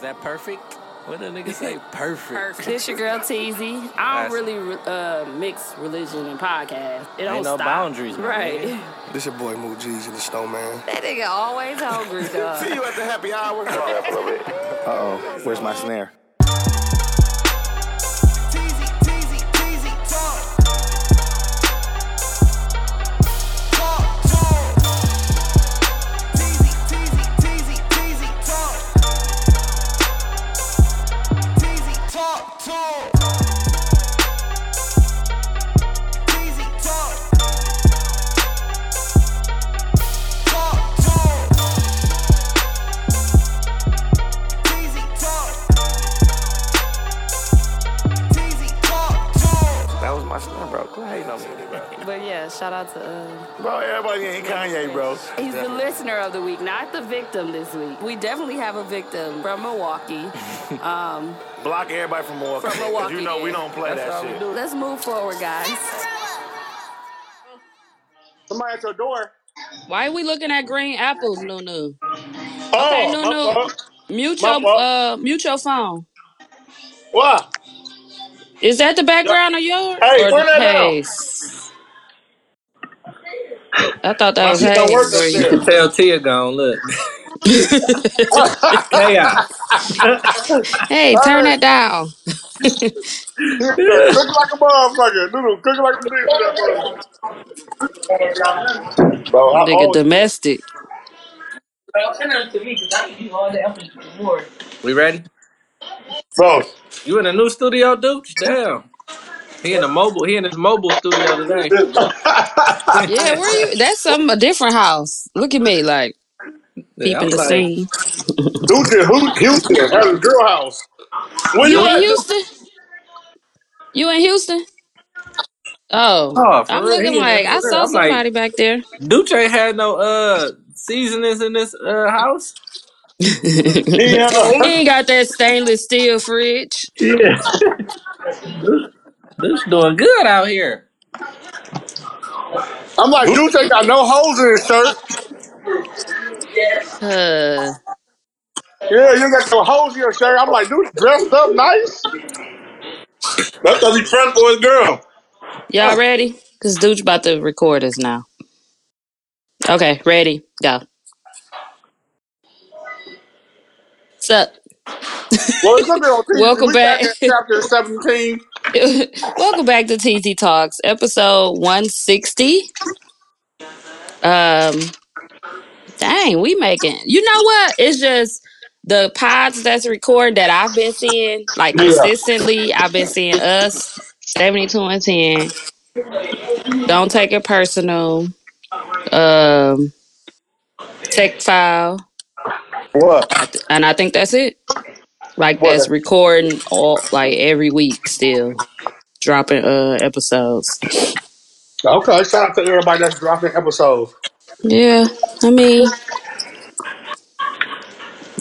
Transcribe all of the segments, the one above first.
that perfect? What a nigga say? Perfect. Perfect. This your girl Teasy. I That's- don't really uh, mix religion and podcast. It don't Ain't no stop. boundaries, my right? This your boy Moo G's and the Snowman. That nigga always hungry, dog. See you at the happy hour. Uh-oh, where's my snare? Teasy, teasy, teasy, talk. Talk, talk. Teasy, teasy, teasy, teasy, talk. Teasy, talk, talk. Teasy, talk. Talk, talk. Teasy, talk. Teasy, talk, talk. That was my snare, bro. Quit hating on me, bro. But yeah, shout out to. Uh, Bro, everybody ain't Kanye, bro. he's the listener of the week, not the victim this week. We definitely have a victim from Milwaukee. Block everybody from Milwaukee. From 'cause Milwaukee, you know we yeah. don't play that shit. Let's move forward, guys. Somebody at your door. Why are we looking at green apples, Nunu? Oh, Hey, Nunu, mute My your uh, fault. mute your phone. What? Is that the background of yours Hey, or turn the that down. haze? I thought that My was shit don't work up haze. You there. can tell Tia gone. Look, chaos. hey, turn that down. Cook like a motherfucker. Noodle, cook like a bitch. Bro, I Nigga, own you. domestic. We ready? Bro, You in a new studio, dude? Damn. He in a mobile. He in his mobile studio today. Yeah, where you? That's some a different house. Look at me, like Yeah, peeping I'm the like, scene. Houston, Hu- Houston, at the girl house. Where you You in at? Houston? You in Houston? Oh, oh, for I'm real. looking He in like I there. saw I'm like, somebody back there. Duce had no uh seasonings in this uh house. He ain't had no- He ain't got that stainless steel fridge. Yeah. Duce doing good out here. I'm like, dude, they got no holes in his shirt. Uh, Yeah, you got some holes in your shirt. I'm like, dude, dressed up nice. That's because he friend for his girl. y'all ready? Cause Dooch about to record us now. Okay, ready? Go. Sup? Well, it's up there on TV. Welcome we back. back. at chapter 17. Welcome back to TT Talks, episode 160. Um, dang, we making. You know what? It's just the pods that's recorded that I've been seeing, like Yeah. consistently. I've been seeing us 72 and 10. Don't take it personal. Um, tech file, What? and I think that's it. Like What? that's recording all like every week still dropping uh episodes. Okay, shout out to everybody that's dropping episodes. Yeah, I mean,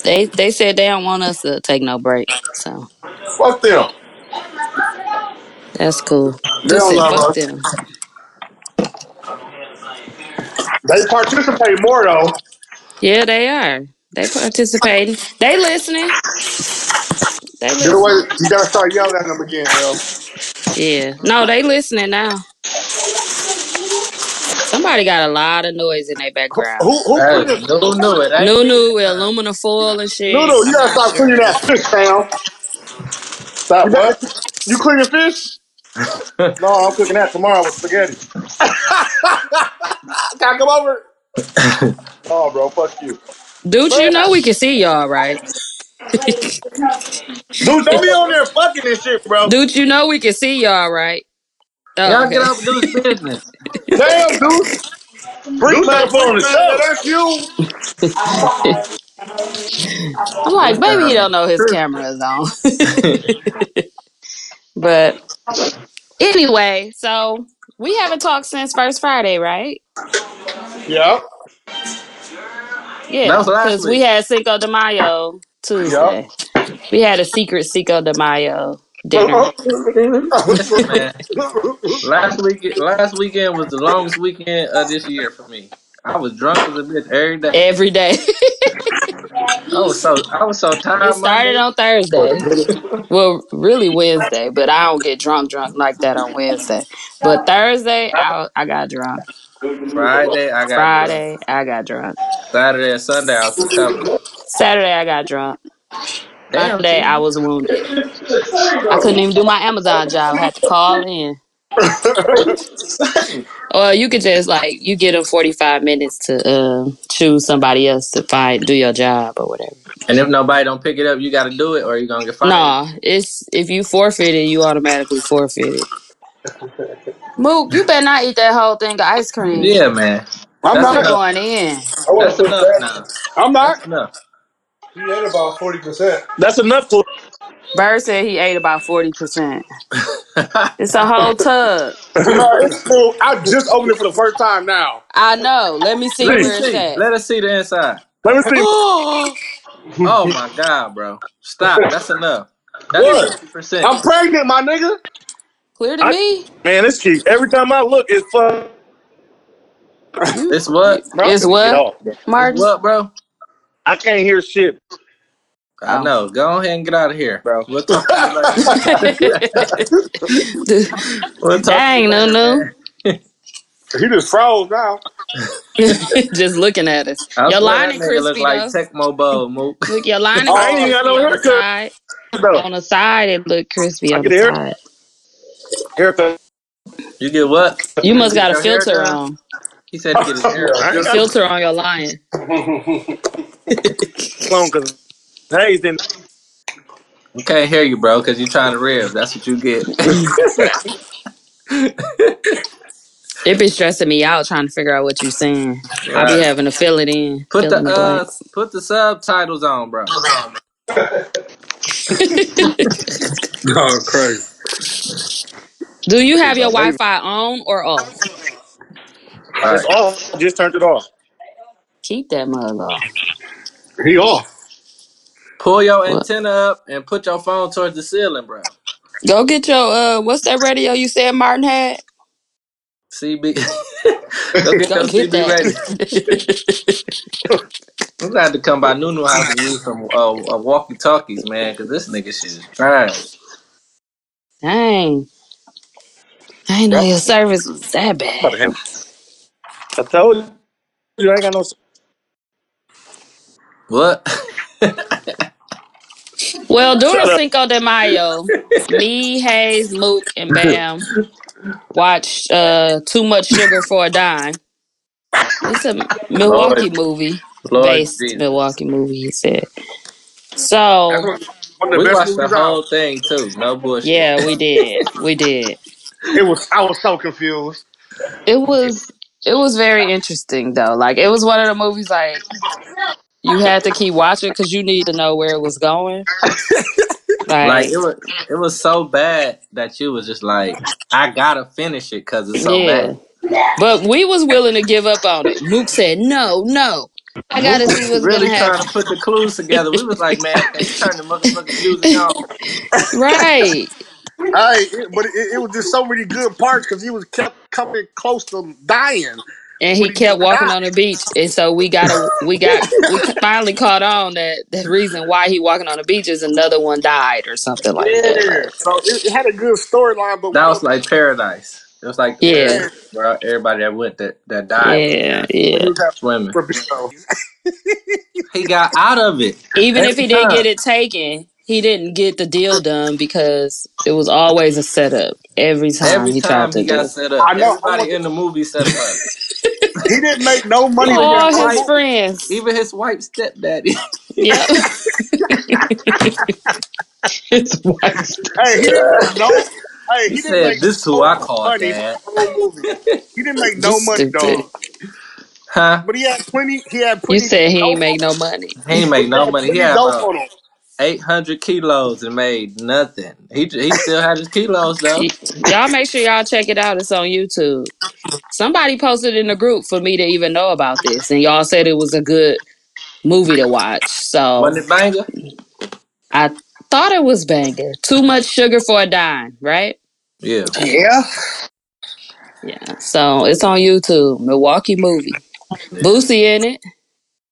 they they said they don't want us to take no break, so Fuck them. that's cool. Just They don't said love fuck us. them. They participate more though. Yeah, they are. They participating. They listening. They Get away! listening. You gotta start yelling at them again, yo. Yeah, no, they listening now. Somebody got a lot of noise in their background. Who who Hey, put this? Dude knew it. Ain't Nunu with aluminum foil and shit. Noodle, you I'm gotta not stop sure. cleaning that fish down. stop You, what? got- you cleaning fish? no, I'm cooking that tomorrow with spaghetti. Can I come over? oh, bro, fuck you. Dude, you know we can see y'all, right? Dude, don't be on there fucking this shit, bro. Dude, you know we can see y'all, right? Oh, Y'all okay. get out and do this business. Damn, dude. Bring man, put on the show. That's you. I'm like, baby, he don't know his camera is on. but anyway, so we haven't talked since first Friday, right? Yeah. Yeah, That was last we week. had Cinco de Mayo Tuesday. We had a secret Cinco de Mayo dinner. Man, last week, last weekend was the longest uh, weekend of this year for me. I was drunk as a bitch every day. Every day, I was so I was so It tired started Monday. on Thursday. Well, really Wednesday, but I don't get drunk drunk like that on Wednesday. But Thursday, I I got drunk. Friday I got drunk. Friday, I got drunk. Saturday and Sunday I was recovering. Saturday, I got drunk. Damn, Sunday, I T. was wounded. I couldn't even do my Amazon job. I had to call in. Or you could just like you get them forty five minutes to uh, choose somebody else to find do your job or whatever. And if nobody don't pick it up, you got to do it, or you gonna get fired. No, it's if you forfeit it, you automatically forfeit it. Mook, you better not eat that whole thing of ice cream. Yeah, man. I'm That's You're enough. not. going in. I want That's to put enough that. now. I'm not. That's enough. You ate about forty percent. That's enough for. Bird said he ate about forty percent. It's a whole tub. No, it's cool. I just opened it for the first time now. I know. Let me see Let me where it's see. at. Let us see the inside. Let me see. Oh, Oh my God, bro. Stop. That's enough. That's What? fifty percent. I'm pregnant, my nigga. clear to I me. man, this cheap. Every time I look, it's fuck. You, It's you what? Bro, I'm is gonna get what, off, bro. It's Martin? what, bro? I can't hear shit, I Oh. know. Go ahead and get out of here. bro. We'll talk to you later. We'll talk to you Dang, no, later, no. man. He just froze now. Just looking at us. I Your swear line that is nigga look crispy like though. Tecmo Bowl, Mook. Look, your line Oh, is I ain't even got crispy no on the side. haircut, though. On the side, it looked crispy I on get the a hair, side. haircut. You get what? You Did you must get got a your hair filter done? on. He said he get his hair I done. ain't A got no filter on your line. long because Hayes didn't. We can't hear you, bro, because you're trying to rib. That's what you get. It be stressing me out trying to figure out what you're saying. I be Right. having to fill it in, Put fill the in the uh blanks. put the subtitles on, bro. No, crazy. Do you Shit, have your my Wi baby. Fi on or off? All It's right. off. Just turned it off. Keep that mug off. He off. Pull your What? antenna up and put your phone towards the ceiling, bro. Go get your uh what's that radio you said Martin had? CB Go get Go your get CB radio. that. I'm gonna have to come by Nunu House and use some uh, uh walkie talkies, man, cause this nigga shit is trash. Dang. I didn't know Yep. your service was that I'm bad. about to hang- I told you. You ain't got no. What? Well, during Shut up. Cinco de Mayo, me, Hayes, Mook, and Bam watched uh Too Much Sugar for a Dime. It's a Lord Milwaukee movie, Lord based Jesus. Milwaukee movie, he said. That's So, one one of the We best watched the movies out. whole thing too. No bullshit. yeah, we did. We did. It was. I was so confused. It was it was very interesting though. Like it was one of the movies like you had to keep watching because you need to know where it was going. Like Like, it was it was so bad that you was just like, I gotta finish it cause it's so yeah. bad. But we was willing to give up on it. Mook said, "No, no, I Mook gotta was see what's gonna really trying to happen." put the clues together. We was like, man, can you turn the motherfucking music on? right? Hey, it- but it, it was just so many good parts because he was kept coming close to dying, And but he he never kept walking died. on the beach, and so we got a we got we finally caught on that the reason why he walking on the beach is another one died or something like that. Yeah, Like, so it, it had a good storyline, but we That don't. was like paradise. It was like the yeah, paradise where everybody that went that, that died was yeah, yeah. He was having swimming. for Bino. He got out of it Even if every he didn't get time. it taken, he didn't get the deal done because it was always a setup. Every time Every he tried time to he do got it, set up, I know. I everybody want. in the movie set him up. He didn't make no money Even his from that all whole his wife, movie. friends. even his wife's stepdaddy. Yep. His wife's Hey, he didn't make no. Hey, He he didn't said, make "This who no I call money from dad, the whole movie. He didn't make You no money, stupid. dog. huh?" But he had plenty. He had You plenty to said he go ain't on. make no money. He ain't make He no had money. He plenty to had go about on him. eight hundred kilos and made nothing. He he still had his kilos though. Y- y'all make sure y'all check it out. It's on YouTube. Somebody posted in the group for me to even know about this, and y'all said it was a good movie to watch. So Wasn't it banger? I thought it was banger. Too much sugar for a dime, right? Yeah. Yeah. Yeah. So it's on YouTube. Milwaukee movie. Yeah. Boosie in it.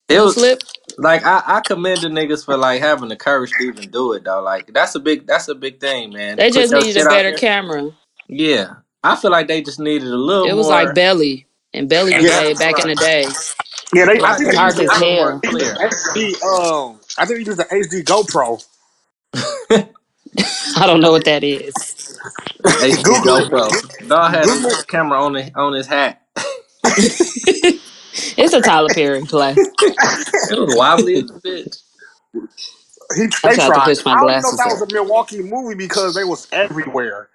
It was Flip. like I, I commend the niggas for like having the courage to even do it though. Like that's a big that's a big thing, man. To They put just your needed shit a out better there. camera. Yeah. I feel like they just needed a little It was like more Belly and Belly Yeah, played back in the day. yeah. They, I right. think they They Dark used needed the a as little more hell. clear. HD. Um, I think they used the HD GoPro. I don't know what that is. HD Google it. GoPro. Dog had a Google. camera on the, on his hat. it's a Tyler Perry play. It was wobbly as a bitch. He I they tried to tried. push my I don't even know if glasses that up. was a Milwaukee movie because they was everywhere.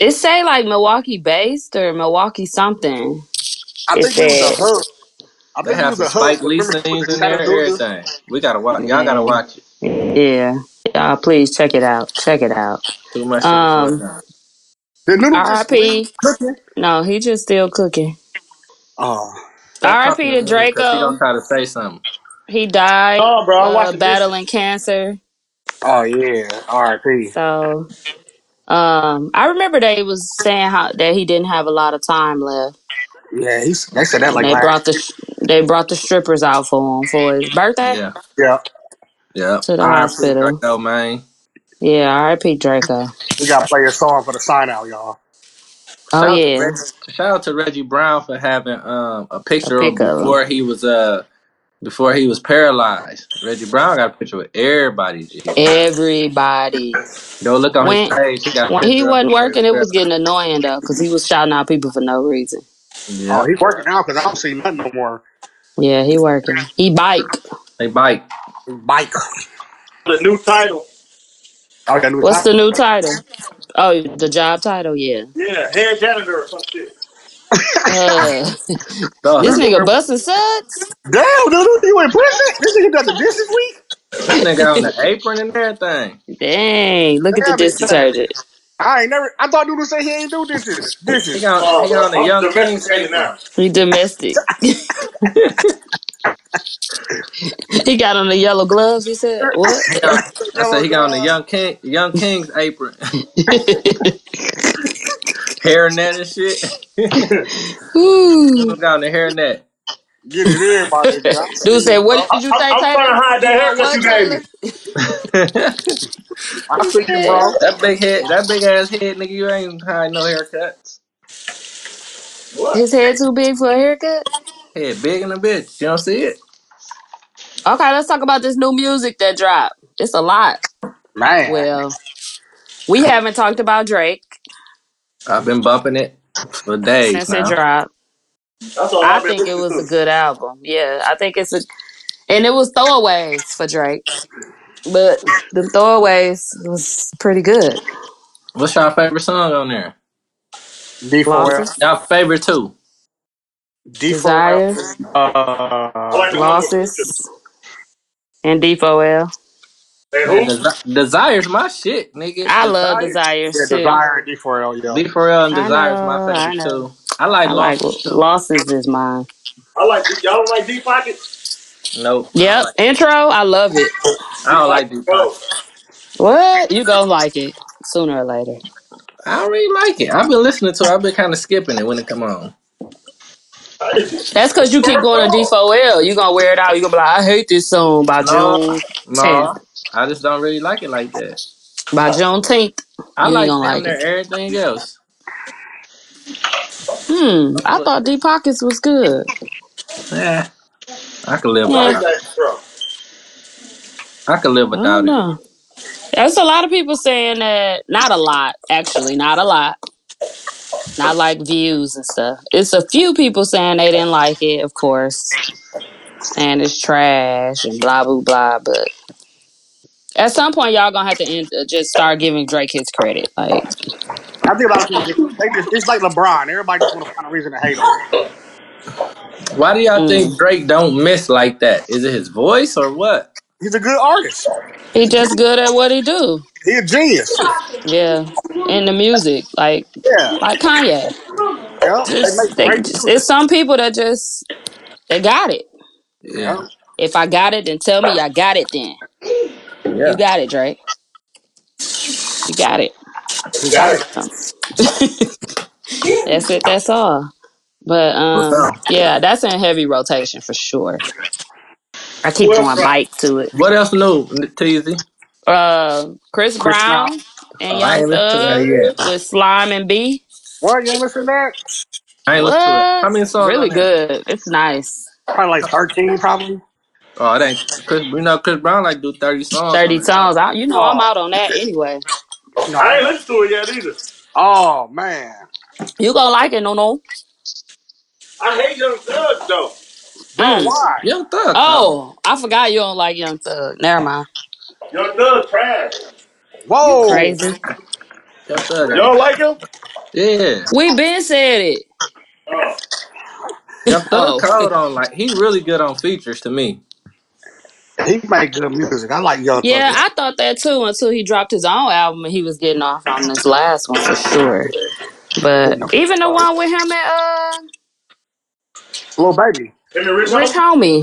It say like Milwaukee based or Milwaukee something. I It think it was said, a hub. I They think it have was some a hub. Spike Lee Remember it was scenes in in there, Chattanooga. everything. We gotta watch y'all gotta man, watch it. yeah. Y'all, please check it out. Check it out. Too much shit for us Um, now. Did Noodle just leave R.I.P. cooking? No, he just still cooking. Oh, Stop R.I.P. talking to to Noodle because he Draco. gonna try to say something. He died No, bro, I'm uh, washing dishes. battling cancer. oh yeah. R.I.P. So um, I remember they was saying how that he didn't have a lot of time left, Yeah, he's. They said that and like they last. brought the sh- they brought the strippers out for him for his birthday Yeah. Yeah, Yeah. to the R.I.P. hospital. Draco, man. Yeah, R.I.P. Draco. we gotta play a song for the sign out, y'all. Oh Shout out to yeah, Reggie, shout out to Reggie Brown for having um a a picture of pickup. before he was uh before he was paralyzed. Reggie Brown got a picture with everybody. G. Everybody Go look on his when page. He got a when he picture of wasn't before he was working, it was getting paralyzed. annoying though, cause he was shouting out people for no reason. Oh, Yeah, he's working out because I don't see nothing no more. Yeah, he working. He bike. they bite. Bike. The new title. I got a new What's title. the new title? Oh, the job title. Yeah. Yeah, head janitor or some shit. Uh, Dog, this he nigga went, busting suds. Damn, dude, you in prison? This nigga done the this week? that nigga on the apron and everything. Dang! Look at the Damn dish it, son. detergent. I ain't never. I thought Noodle said he ain't do this. Is this He is got Oh, he got on the bro, I'm Young King's domesticated apron. now. He domestic. He got on the yellow gloves. He said, "What?" He got, I said yellow he got on the gloves. Young King Young King's apron, hairnet and shit. Ooh. Noodle got on the hairnet. Get it in, my nigga. I'm Dude said, serious, bro. "What I, did you I, say, I'm trying Taylor? to hide that You want haircut that what, Taylor?" you gave me. I He feel you, said, bro. big head, that big ass head, nigga. You ain't hiding no haircuts. What? "His head too big for a haircut." Head big in the bitch. You don't see it? Okay, let's talk about this new music that dropped. It's a lot. Man, Well, we haven't talked about Drake I've been bumping it for days since it now. dropped. That's all Oh, I I've been think it listening was a to. good album. Yeah, I think it's a and it was throwaways for Drake, but the throwaways was pretty good. What's y'all favorite song on there? D4L, Losses, Y'all favorite too? D4L. desires, I Uh, like the one with Future. losses, and D4L. Hey, Man, who? Desi- Desire's my shit, nigga. I love Desire. desires yeah, too. Desire and D4L, yo. D for L and I Desire's my know, I favorite know. too. I like I like Losses too. losses is mine. I like y'all don't like deep pocket. Nope, I don't Yep, like. intro. I love it. I Deep don't like pocket, Deep bro. Pocket. What you gonna like it sooner or later? I don't really like it. I've been listening to. it. I've been kind of skipping it when it come on. That's because you keep going to D4L. You gonna wear it out. You gonna be like, I hate this song by No, June tenth. no, I just don't really like it like that. By June tenth, I you ain't like gonna damn like near it. everything else. Hmm. I'm I like, thought D Pockets was good. eh, I could live Yeah. Like without. that, bro. I could live I don't without it. know. There's a lot of people saying that. Not a lot, actually. Not a lot. Not like views and stuff. It's a few people saying they didn't like it, of course, saying it's trash and blah blah blah. But at some point, y'all gonna have to end, uh, just start giving Drake his credit. Like, I think a lot of people just, they just, it's like LeBron. Everybody just want to find a reason to hate him. Why do y'all think mm. Drake don't miss like that? Is it his voice or what? He's a good artist. he just good at what he do. He a genius. Yeah, in the music, like Yeah, like Kanye. yeah. They Just make they, great just, music. it's some people that just they got it. Yeah, Yeah, If I got it, then tell me I got it. Then you yeah. got it, Drake. You got it. he got Got it. it. Um, that's it. That's all. But What's um, up? yeah, that's in heavy rotation for sure. I keep Who else going rock? Mike to it. What else new, N- Teasy? Uh, Chris Chris Brown. Brown and Oh, I Young ain't listened to that Thug yet. with Slime and B. What? You ain't listen to that? I ain't listened to it. How What? many songs Really on there? good. It's nice. Probably like 13, probably. Oh, it ain't Chris. You know Chris Brown like do thirty songs on Thirty his album. songs. I, you know I'm Oh, out on that anyway. I ain't no. listened to it yet either. Oh, man. You gonna like it, no no. I hate Young Thug though. Bro, Mm. why? Young Thug, though. Oh, I forgot you don't like Young Thug. Never mind. Young Thug trash. You Oh. Whoa. crazy. Young Thug You ain't. don't like him? Yeah. We been said it. Oh, Young Thug Oh. cold on like he really good on features to me. He make good music. I like Young Thug. Yeah, I thought that too until he dropped his own album and he was getting off on this last one for sure. You But know, even the uh, one with him and uh Little Baby. him and Rich Rich Homie.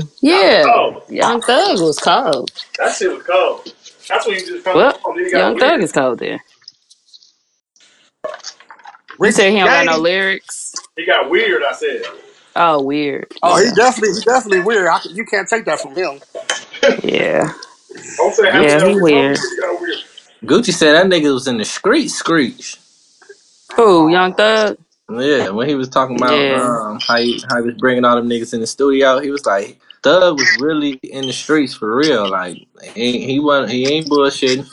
Homie, That was yeah, cold. Young Thug was cold. That shit was cold. That's when he just come Well, on. Then he got Young Thug weird. is cold then. You Rich said he don't got no Gang. lyrics. He got weird. I said. Oh, weird. Oh, he Yeah, definitely, he definitely weird. I, you can't take that from him. yeah, Don't say happy yeah. got He Rich Homie. weird. He got weird. Gucci said that nigga was in the street screech. Who? Young Thug? Yeah, when he was talking about Yeah. um how he, how he was bringing all them niggas in the studio, he was like, Thug was really in the streets for real. Like he he wasn't he ain't bullshitting.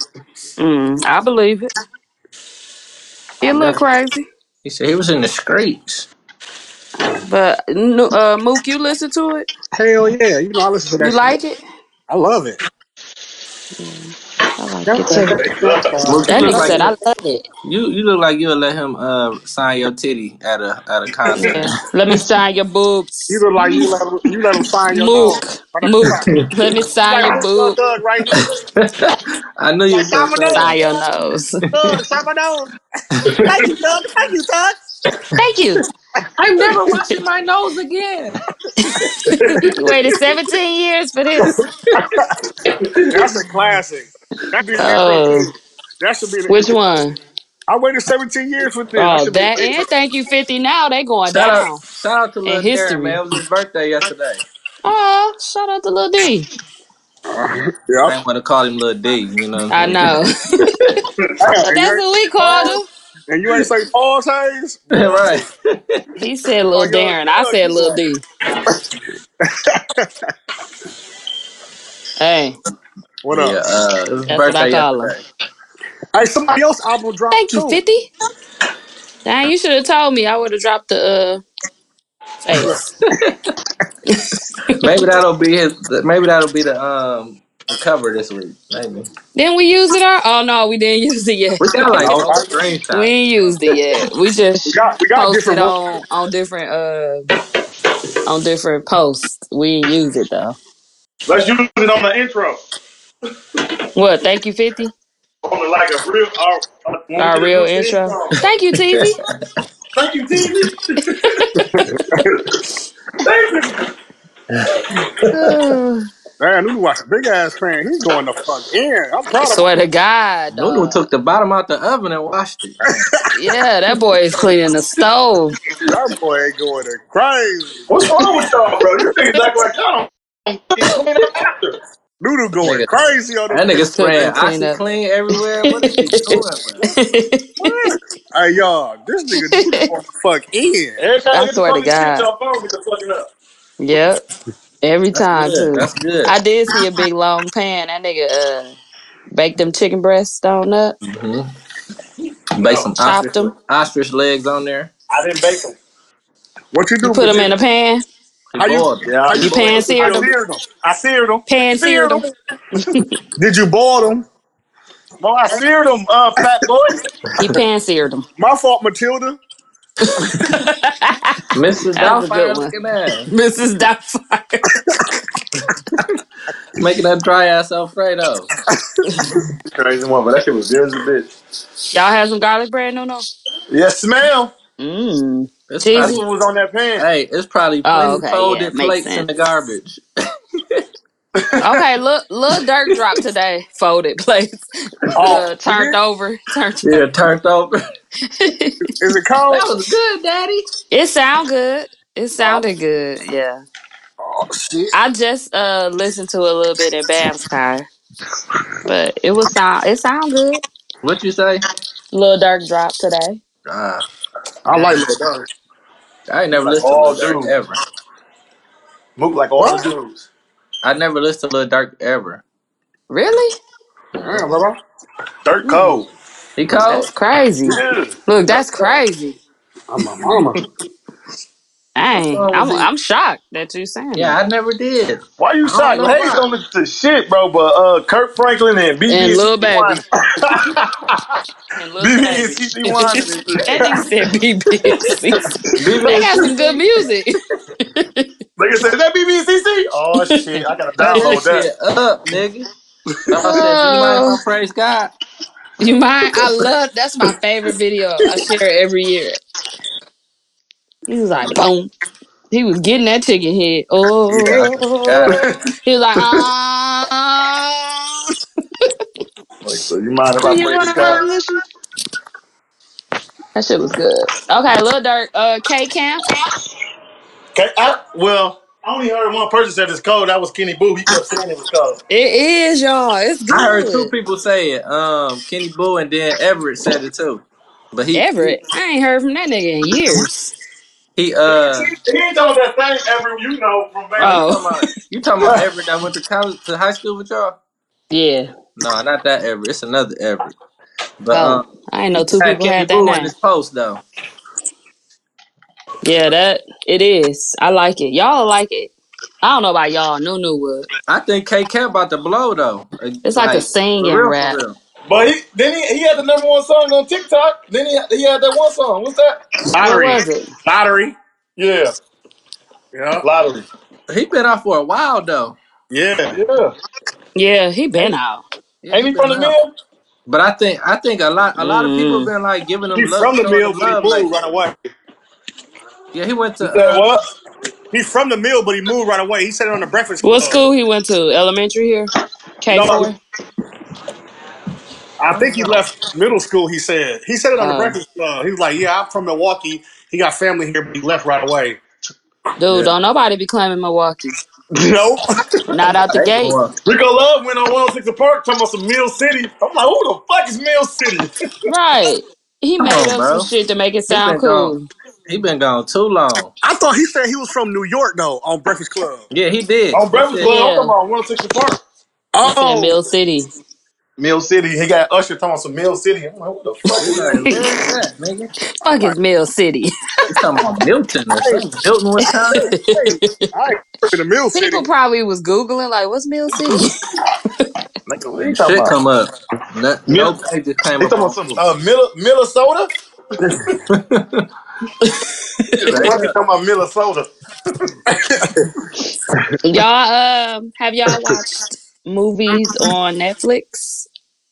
Mm, I believe it. He a I little definitely. crazy, He said he was in the streets. but Nu- uh, Mook, you listen to it? Hell yeah. You know, I listen to You that shit. like it? I love it. Yeah, I like Young it Thug too. got the best songs. Look, you That look nigga like said I you love it. you, you look like you'll let him uh sign your titty at a at a concert. Yeah. Let me sign your You boobs. look like you let him, you let him sign your dog. Mook. Right at the Mook. concert. Let me You sign like your this Young boob. Thug right here. I knew you Like, was sign gonna my say that. Sign nose, your Thug. nose. Thug, sign my nose. Thank you, Thug. Thank you, Thug. Thank you. I'm never washing my nose again. you waited 17 years for this. That's a classic. That be the intro Oh, too. That should be the which intro. one? I waited 17 years for this. That Oh, should be that the intro. and thank you 50 now. They going Shout out down shout out to in Lil Darren, man. history. It was his birthday yesterday. Oh, shout out to Lil D. Yep. I didn't want to call him Lil D, you know. I know. Damn, and you That's ain't what we say called pause, him. and you ain't say pause, Hayes. Boy, right. He said you Lil are young Darren. I thug. said Oh, You Lil are. D. Hey, What Yeah, up? uh, it was his that's what I birthday call him. yesterday. Hey, somebody else album dropped Thank you, too. 50. Dang, you should have told me. I would have dropped the uh, face. Maybe that'll be his. Maybe that'll be the um the cover this week. Maybe Didn't we use it? All? Oh no, we didn't use it yet. we got like Oh, four right. we screenshots. ain't used it yet. We We just got we got posted different ones. on on different uh on different posts. We ain't use it though. Let's use it on the intro. What? Thank you, Fifty. On the, like a real. Uh, uh, when we Our get a real new theme intro. song. Thank you, Teasy. Thank you, TV. Thank you. Ugh. Man, Lulu was a big ass fan. He's going the fuck in. I'm proud of Swear to God, Nunu dog. took the bottom out the oven and washed it. Yeah, that boy is cleaning the stove. him. That boy ain't going to crazy. What's wrong with y'all, bro? You niggas act like y'all don't fucking clean up after. Lulu going Nigga, crazy on that them nigga niggas. Just cook spraying and clean up. OxyClean everywhere. What is he doing, bro? What? Hey y'all, this nigga Lulu going the fuck in. Every time I they get the swear to police God. get y'all phone, get the fucking up. Yep. Every That's time good. too. That's good. I did see a big long pan. That nigga uh baked them chicken breasts on up, hmm Mm-hmm. Bake No, some chopped ostrich them, ostrich legs on there. I didn't bake them. What you do, You put them in Virginia? a pan. He How you boiled them. Yeah, I He You just boiled pan them. I seared them. seared them. I seared them. Pan seared Seared them. them. Did you boil them? Well, I seared them, uh, fat boy. He pan seared them. My fault, Matilda. Mrs. that was a good Doubtfire one. looking ass. Mrs. Doubtfire. Making that dry ass Alfredo. Crazy one, but that shit was good as a bitch. Y'all had some garlic bread? No, no. Yes, ma'am. Mmm. It's That's probably Cheesy. what was on that pan. hey, it's probably Oh, plenty okay. Yeah, folded makes plates in the sense. garbage. Okay, look, little dirt drop today. Folded plates. Oh, Uh, you turned did? over. Turned Yeah, over. turned over. Is it cold? That was good, Daddy. it sound good. It Oh, sounded good. Yeah. Oh shit. I just uh listened to a little bit in Bam's car, but it was sound it sound good. What you say? Little dark drop today. Ah, I like Lil Durk. I ain't never Look like listened to Lil all Durk dudes. ever. Look like all What? dudes. I never listened to Lil Durk ever. Really? Damn, Mm-mm. bro. Dirt Mm, cold. He cold? that's crazy. Yeah. Look, Dirt that's cold. crazy. I'm my mama. What Dang, song was I'm he? I'm shocked that you saying Yeah, that. I never did. Why you I don't shocked? know Hayes why. don't listen to shit, bro. But uh, Kirk Franklin and And BB and little CC baby. Wine. And little BB and baby. CC Wine is into that nigga said BBCC. BB They and got some good CC? music. Like I said, that BB and CC. Oh shit, I gotta Turn that download that. shit up, nigga. Y'all said, do you mind if I oh, praise God? you mind? I love that's my favorite video. I share it every year. He was like, boom. He was getting that chicken head. Yeah, got it. Oh, he was like, ah. Like, so you mind if Do I you praise want to God? revolution? That shit was good. Okay, Lil Durk, uh, K Camp. Okay, I, well, I only heard one person said it's cold. That was Kenny Boo. He kept saying it was cold. It is y'all. It's I heard two good. people say it. Um, Kenny Boo and then Everett said it too. But he he Everett, I ain't heard from that nigga in years. he uh He ain't talking about that thing ever you know from oh you Oh, Vegas. talking about you talking about Everett that went to college to high school with y'all? yeah. No, not that Everett. It's another Everett. But Oh, um, I ain't he know two had people Kenny had that Boo in name. his post though. Yeah, that it is. I like it. Y'all like it. I don't know about y'all. Nunu would. I think K Camp about to blow though. Uh, It's like a Like for singing real, for rap. real. But he then he, he had the number one song on TikTok. Then he, he had that one song. What's that? What Lottery. was it? Lottery. Yeah, Yeah. lottery. He been out for a while though. Yeah. Yeah, Yeah, he been ain't, out. Yeah, ain't he he been from the out. mill? But I think I think a lot a lot of people Mm. been like giving him He love, from the showing mill, him but he love moved right lately. away. Yeah, he went He to said uh what? He from the mill, but he moved right away. He said it on the Breakfast What Oh. Club. school he went to? Elementary here. K No, four. I I don't think he know. left middle school. He said he said it Uh. on the Oh, Breakfast Club. He was like, "Yeah, I'm from Milwaukee. He got family here, but he left right away." dude, Yeah, don't nobody be claiming Milwaukee. Nope. Not out the they gate. going. Rico Love went on 106 the Park talking about some Mill City. I'm like, who the fuck is Mill City? Right. He Come made on, up some bro. shit to make it He been sound gone. cool. He been gone too long. I thought he said he was from New York though on Breakfast Club. Yeah, he did. on He Breakfast said, Club, I'm talking Yeah. about 106 the Park. He said Oh, Mill City. Mill City. He got Usher talking about some Mill City. I'm like, what the fuck "He is like, that? where is that, nigga? Fuck is Mill City. He talking about Milton or I ain't, something. Milton, Wisconsin. I ain't, I ain't from the Mill People City. probably was Googling like what's Mill City? Nigga, what are you Ain't talking shit about? come up. No, no Mil- pages came they up talking about on some Google. uh, Mil- Minnesota? Nigga, Straight Fuck you up. talking about Minnesota. y'all um have y'all watched movies on Netflix?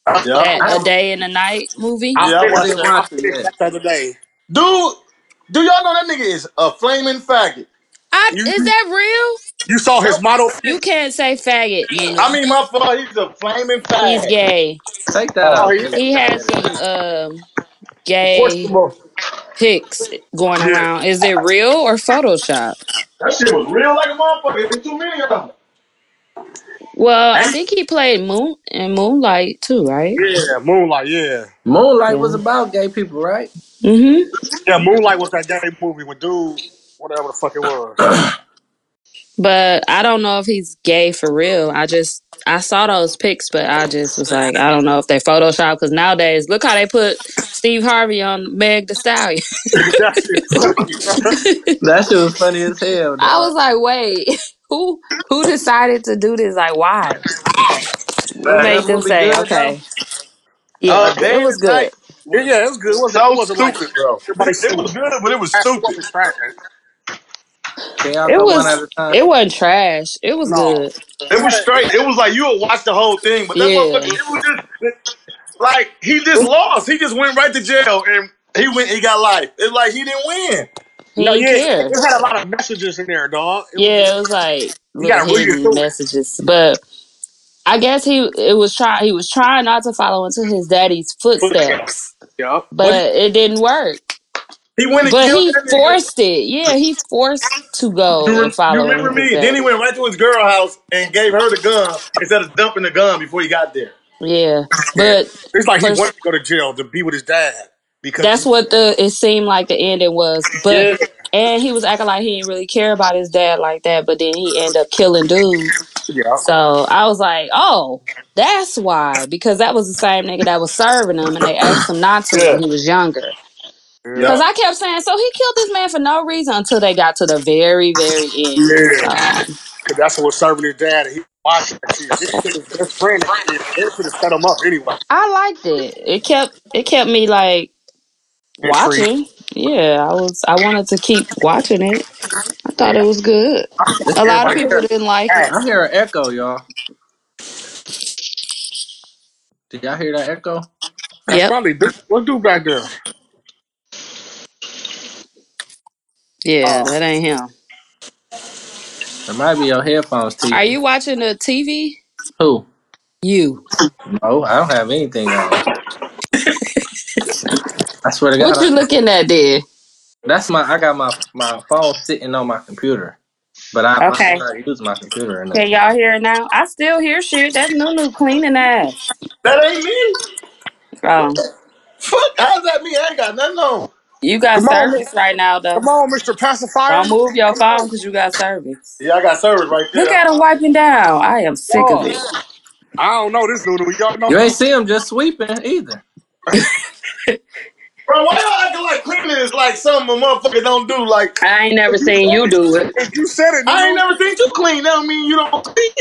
Yeah. That I a day and a night movie? I Yeah, I I finished watched didn't that. I watch it finished yet. that the other day. Dude, do y'all know that nigga is a flaming faggot? I You is that real? you saw his Yep. model You pic. can't say faggot, I Nunu. mean, my fault. He's a flaming He's faggot. gay. Take that Oh, out, he, nigga. He has some um first of gay all, pics going Yeah, around. Is it real or Photoshop? that shit was real like a motherfucker. There's too many of them. Well, I think he played Moon and Moonlight too, right? yeah, Moonlight. Yeah, Moonlight was Yeah. about gay people, right? Mm-hmm. yeah, Moonlight was that gay movie with dude, whatever the fuck it was. But I don't know if he's gay for real. I just I saw those pics, but I just was like, I don't know if they Photoshop because nowadays look how they put Steve Harvey on Meg the Stallion. that shit funny, bro. That shit was funny as hell, I was dog. like, wait, who who decided to do this? Like, why? What Was Faggot. that made them movie say, good though? okay, Uh, yeah, it day was and good. night Yeah, was yeah, it was good. It wasn't. It so wasn't like stupid, bro. everybody It was stupid. good, but it was Trash stupid. wasn't trash. Can y'all It go one was at a time? it wasn't trash. It was No, good. It was straight. It was like you would watch the whole thing, but that motherfucker, Yeah, it was just like he just lost. He just went right to jail and he went. He got life. It's like he didn't win. he no, didn't yeah, it care. it had a lot of messages in there, dog. It was just Yeah, it was like you little got to read it hidden through. messages, but I guess he it was try he was trying not to follow into his daddy's Footsteps. footsteps, Yup. But but it didn't work. He went and But killed he that nigga. forced it. Yeah, he forced to go You, and rem- you follow remember him. me? Then he Exactly. went right to his girl house and gave her the gun instead of dumping the gun before he got there. Yeah, but It's like he pers- wanted to go to jail to be with his dad because that's he. what the it seemed like the ending was. But Yeah. and he was acting like he didn't really care about his dad like that. But then he ended up killing dude. Yeah. So I was like, oh, that's why because that was the same nigga that was serving him, and they asked him not to Yeah. when he was younger. Yeah. Cause Yeah. I kept saying, so he killed this man for no reason until they got to the very, very end. Um, Yeah. So Cause that's what was serving his dad. And he watched that shit. This shit is best friend. That shit. That shit set him up anyway. I liked it. It kept it kept me like Intrigue. watching. Yeah, I was I wanted to keep watching it. I thought it was good. This A lot of I people hear didn't like it. I hear an echo, y'all. Did y'all hear that echo? That's Yep. probably dude. What dude back there? Yeah, Oh, that ain't him. It might be your headphones, T. Are you watching the TV? Who? You. No, I don't have anything on. I swear to God, What I, you looking at there? that's my. I got my my phone sitting on my computer, but I, I Okay. don't use my computer or Can nothing. y'all hear it now? I still hear shit. That's Nunu cleaning ass. That ain't me. Oh. Fuck, how's that me? I ain't got nothing on. You got come on, Mi- service right now though. come on, Mister Don't Pacifier. move your phone because you got service. Yeah, I got service right Look there. at him wiping down. I am sick of Dog. it. I don't know this dude. Y'all know You him? ain't see him just sweeping either. Bro, why y'all acting like cleaning is like something a motherfucker don't do? Like, I ain't never if you seen said you it, do it. If you said it, I ain't Nunu, never seen you clean. That don't mean you don't clean.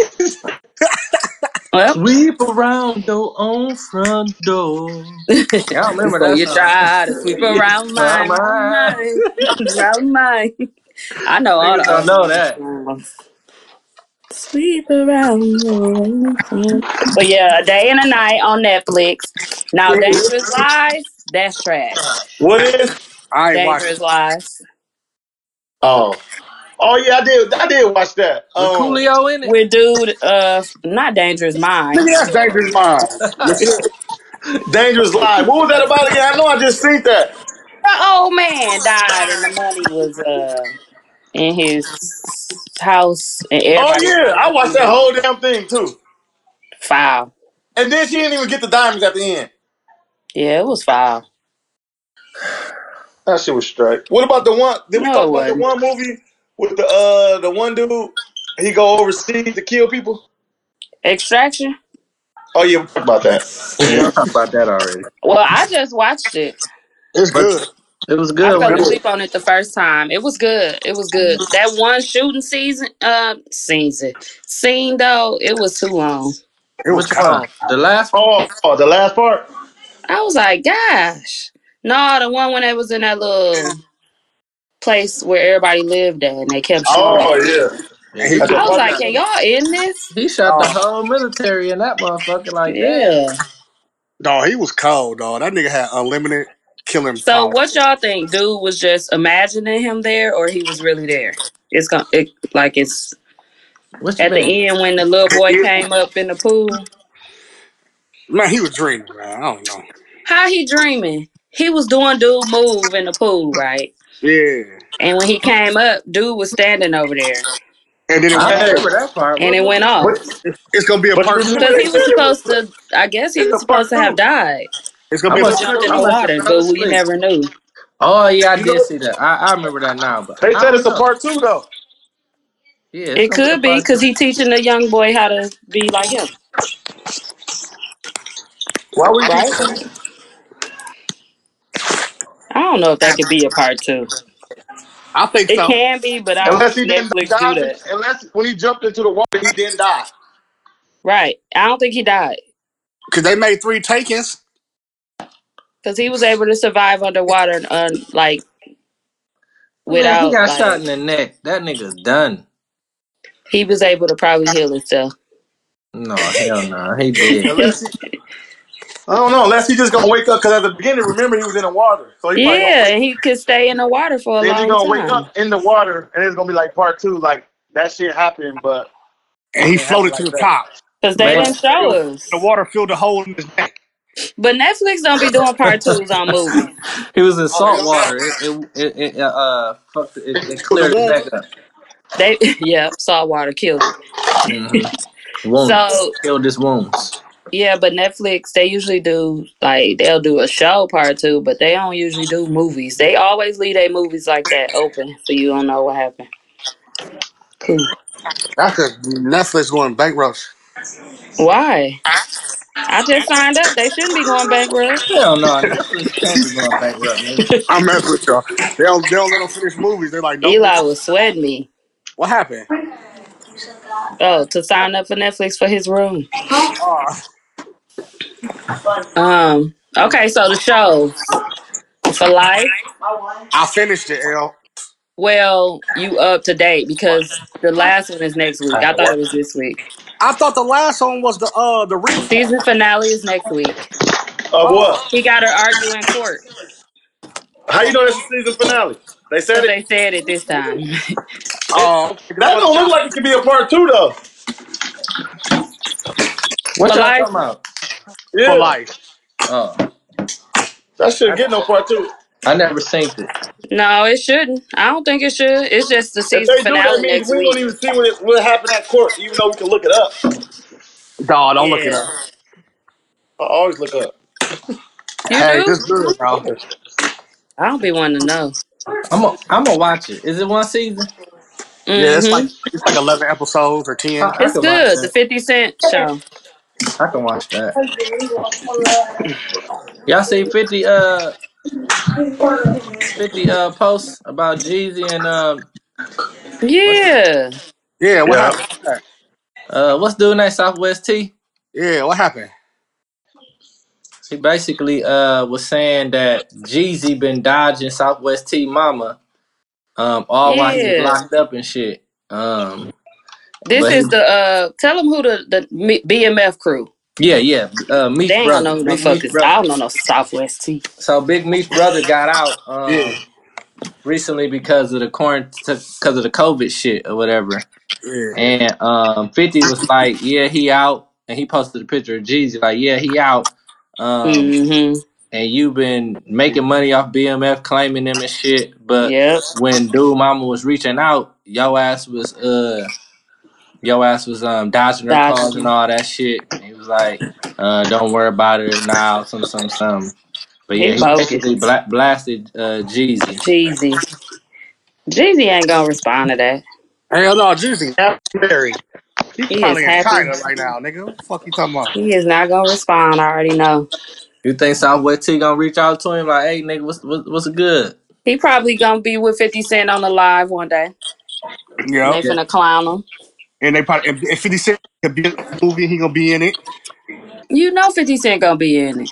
Well, Sweep around your own front door. Y'all remember before that you song? try to sweep yeah, around my mine, around mind. mine, around mine. I know all Niggas the don't old know Nunu that. songs. Sweep around your own. But yeah, a day and a night on Netflix. Now, Dangerous Lies, that's trash. What is? I ain't watching. Dangerous Lies Oh. Oh, yeah, I did. I did watch that. With Um, Coolio in it. with dude, uh, not Dangerous Minds. Nigga, that's dangerous mind. Dangerous Live. What was that about again? I know I just seen that. The old Oh, man died, and the money was uh in his house, and Oh everybody was yeah, trying to I get the watched that money. whole damn thing too. Foul. And then she didn't even get the diamonds at the end. Yeah, it was foul. That shit was straight. What about the one? Did we No, talk it about the wasn't. one movie with the uh the one dude? He go overseas to kill people. Extraction. Oh yeah, we talked about that. Yeah, y'all talked about that already. Well, I just watched it. It's But good. it was I good, fell wasn't it? asleep on it the first time. It was good. It was good. That one shooting season, uh, season scene though, it was too long. It was Which kind. one? The last one? Oh, oh, the last part. I was like, gosh, no, the one when they was in that little place where everybody lived at, and they kept shooting at. Oh it. yeah, Yeah, And he he at the I just was party. like, shot can the, y'all end this? he shot the dog, whole military in that motherfucker like that. Yeah. dog, he was cold, dog. That nigga had unlimited killing So power. what y'all think? Dude was just imagining him there, or he was really there? It's gonna it, like it's What you at mean? the end when the little boy came up in the pool. Man, he was dreaming, man. I don't know. How he dreaming? He was doing dude move in the pool, right? Yeah. And when he came up, dude was standing over there, And then it I don't went Hey, off. remember that part. and What it was went it? off but It's gonna be a but part remember two. because they he was said it was supposed to. I guess he it's was a supposed part to have two. died It's gonna I be a or must part have, jumped in I the two. must have water, fell but we asleep. never knew. Oh yeah, I You did know see that. I, I remember that now, but they I said don't it's a know. part two though. Yeah, it's gonna be a It could be part because two. he teaching the young boy how to be like him, Why would you? right? I don't know if that could be a part two. I think It so. can be, but I don't Unless he see didn't Netflix do die, that. unless when he jumped into the water, he didn't die. Right. I don't think he died Cause they made three takings. because he was able to survive underwater and uh, like Man, he without got shot like in the neck. That nigga's done. he was able to probably heal himself. No, hell no, he did. Unless he, I don't know. Unless he just gonna wake up because at the beginning, remember he was in the water, so he probably gonna yeah, wake. and he could stay in the water for a Then he long gonna wake up time. in the water, and it's gonna be like part two. Like that shit happened, but And it he didn't happen floated to like the that. top. Cause Man, they Water didn't filled, show the us. water filled a hole in his neck. But Netflix don't be doing part twos on movies. He was in Oh, they salt don't got water. It it it, it uh uh, fucked. It, it put the cleared it wound. back up. They yeah, salt water killed it. hmm Wounds So killed his wounds. yeah, but Netflix they usually do like they'll do a show part two, but they don't usually do movies. They always leave their movies like that open so you don't know what happened. Cool. That's a Netflix going bankrupt. Why? I just signed up. They shouldn't be going bankrupt. Hell no, Netflix can't be going bankrupt, nigga. I'm messing with y'all. They don't, they don't let them finish movies. They're like, nope. Eli was sweating me. What happened? Oh, to sign up for Netflix for his room. Uh, Um. Okay, so the shows for life. I finished it, L. Well, you up to date because the last one is next week. I thought it was this week. I thought the last one was the uh the recap. Season finale is next week. Of Oh, what? He got her argue in court How you know that's the season finale? They said because it. they said it this time. it oh, okay, 'cause I that was don't look trying. like it could be a part two though. What for y'all life, talking about? for Yeah, life. Oh, that should That's get no part two. I never synced it. no, it shouldn't. I don't think it should. It's just the If season they do, that finale means next we won't week. even see what it, what happened at court, even though we can look it up. dog. Don't look it Yeah, up. I always look up. you Hey, do. this good, bro. I don't be wanting to know. I'm a, I'm gonna watch it. Is it one season? Yeah, it's like Mm-hmm. it's like eleven episodes or ten. I, I It's can watch good. The that. Fifty Cent show. I can watch that. Y'all see fifty uh fifty uh posts about Jeezy and um what's Yeah. Yeah, what Yeah. happened? With that? uh what's dude name Southwest T? Yeah, what happened? He basically uh was saying that Jeezy been dodging Southwest T Mama um all while he was Yeah. locked up and shit. Um, This but he, is the uh tell them who the, the M- BMF crew. yeah, yeah, uh, They Meek's ain't gonna brother, know who the Big fuck Meek's is I brother. don't know no Southwest T. So Big Meek's brother got out Yeah, um recently because of the quarantine, because of the COVID shit or whatever. yeah. And um, Fifty was like, "Yeah, he out," and he posted a picture of Jeezy, like, "Yeah, he out." Um, Mm-hmm. and you've been making money off BMF, claiming them and shit. But Yep. when dude mama was reaching out, yo ass was uh yo ass was um dodging her Dodging calls and them. all that shit. And he was like, uh, don't worry about her now, some some some. But He yeah, he bogus. basically bla- blasted uh Jeezy. Jeezy. Jeezy ain't gonna respond to that. Hell no, Juicy happy married. He's He is probably in happy. China right now, nigga. What the fuck you talking about? He is not gonna respond. I already know. You think Southwest T gonna reach out to him like, hey nigga, what's what's, what's good? He probably gonna be with 50 Cent on the live one day. And Yeah, they Yeah. finna clown him. and they probably if, if Fifty Cent could be in the movie, he gonna be in it. You know 50 Cent gonna be in it.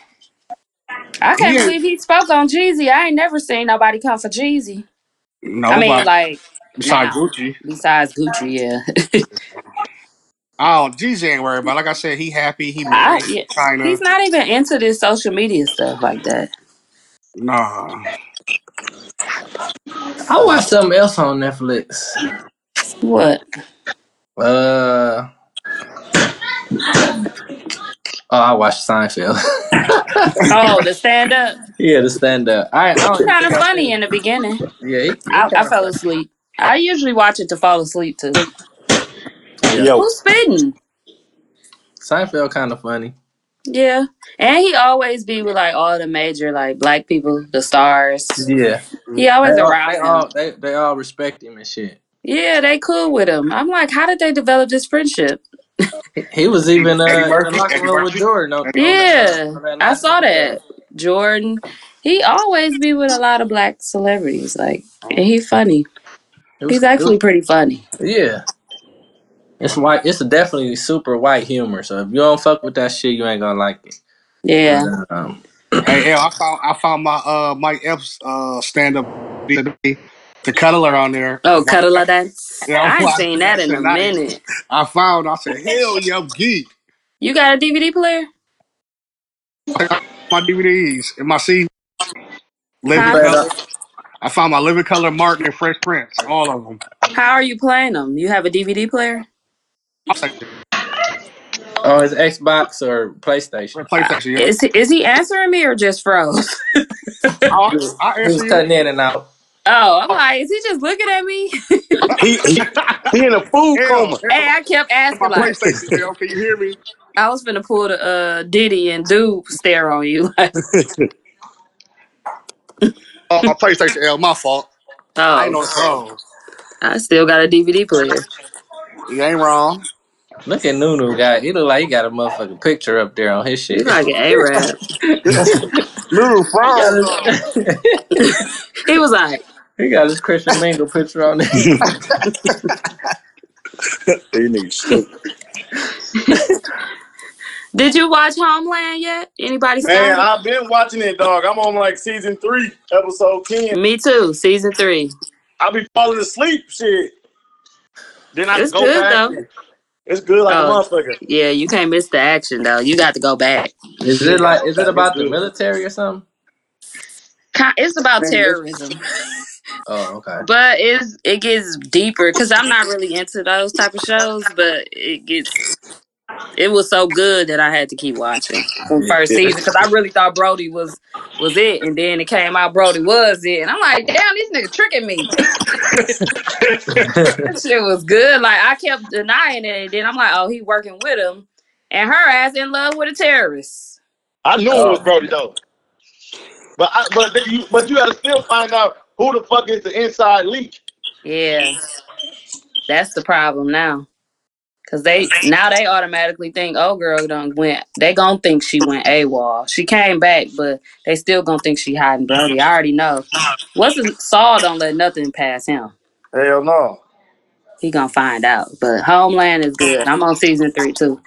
I He can't ain't believe he spoke on Jeezy. I ain't never seen nobody come for Jeezy. Oh I mean, nobody like besides now, Gucci. besides Gucci, yeah. Oh, Jeezy ain't worried about. it. Like I said, he happy. He I, married. yeah. He's China. not even into this social media stuff like that. Nah. I watched something else on Netflix. What? Uh oh, I watched Seinfeld. Oh, the stand up. yeah, the stand up. I I It's don't even kind think of I've funny seen in it. the beginning. Yeah, he, he I, I kind of fell funny. asleep. I usually watch it to fall asleep too. Yeah. Yo. Who's spitting? Seinfeld kind of funny. Yeah, and he always be with like all the major like black people, the stars. Yeah, He they all always they around him. all they, they all respect him and shit. Yeah, they cool with him. I'm like, how did they develop this friendship? He, he was even Eddie uh in the Murphy. locker Eddie room with Murphy. Jordan on, on that uh, Yeah, on that I locker saw room that. chat. Jordan, he always be with a lot of black celebrities. Like, and he funny. It was He's it was actually pretty funny. yeah. It's white. It's definitely super white humor. So if you don't fuck with that shit, you ain't gonna like it. Yeah. uh, But, um, Hey, L, I found I found my uh Mike Epps uh stand up today. The cuddler on there. Oh, I'm like, cuddle a dance. yeah, I'm I ain't watching seen that that in shit. a Nice. minute. I found. I said, hell yeah, I'm geek. You got a DVD player? I got my DVDs and my C you living Huh? play it color. up. I found my living color Martin and Fresh Prince. All of them. How are you playing them? You have a DVD player? I was like, Oh, his Xbox or PlayStation. Ah, PlayStation. Yeah. Is he, is he answering me or just froze? I, Oh, He I was answer you. cutting in and out. Oh, I'm like, is he just looking at me? hey, He, he, he in a food L, coma. L, I kept my asking like PlayStation. L, can you hear me? I was finna pull the uh, Diddy and Dude stare on you. Like, Oh, my PlayStation. L, my fault. I ain't oh, know the pros. I still got a DVD player. You ain't wrong. Look at Nunu guy. He look like he got a motherfucking picture up there on his You shit. like an Arab? Little frown. He was like, he got his Christian Mingle picture on there. These niggas stupid. "Did you watch Homeland yet? Anybody Man, started? I've been watching it, dog. I'm on like season three, episode ten. Me too. Season three. I be falling asleep, shit. Then I It's go good back. though. It's good like a Oh, motherfucker. yeah, you can't miss the action though. You got to go back. Is it Yeah, like? Is it it's about the good. military or something? Ki- It's about Man, this- terrorism. Oh, okay. but it's it gets deeper because I'm not really into those type of shows, but it gets it was so good that I had to keep watching from first season because I really thought Brody was was it, and then it came out Brody was it, and I'm like, damn, this nigga tricking me. That shit was good. Like I kept denying it, and then I'm like, oh, he working with him, and her ass in love with a terrorist. I knew it was oh, Brody though, but I, but then you but you gotta still find out who the fuck is the inside leak. Yeah, that's the problem now. Cause they now they automatically think, oh girl, done went. They gonna think she went AWOL. She came back, but they still gonna think she hiding Brody. I already know. What's his, Saul don't let nothing pass him. Hell no. He gonna find out. But Homeland is good. I'm on season three too.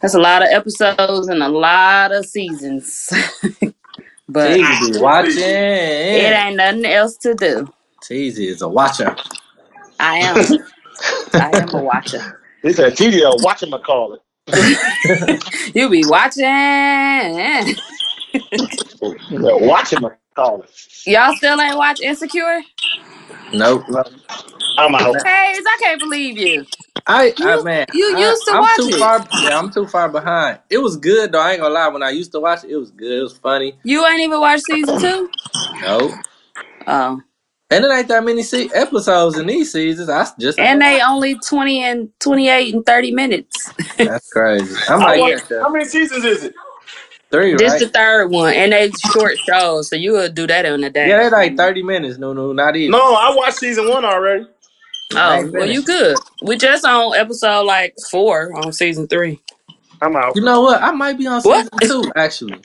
That's a lot of episodes and a lot of seasons. but Teasy be it watching. ain't nothing else to do. Teasy is a watcher. I am. I am a watcher. He said TDL watching McCall it. You be watching. Watching McCall it. Y'all still ain't watch Insecure? Nope. I'm out. Hayes, I can't believe you. I, I You man, you I used to I'm watch too it. far. Yeah, I'm too far behind. It was good though. I ain't gonna lie. When I used to watch it, it was good. It was funny. You ain't even watched season two. Nope. Oh, And it ain't that many se- episodes in these seasons. I s- just ain't and watch. they only twenty and twenty eight and thirty minutes That's crazy. I'm I like want here. at the how many seasons is it? three, This the right? third one, and they short shows, so you would do that in a Yeah, day. they like thirty minutes. No, no, not even. No, I watched season one already. I Oh, ain't well, you finished. good. We just on episode like four on season three. I'm out. You know what? I might be on What season two actually.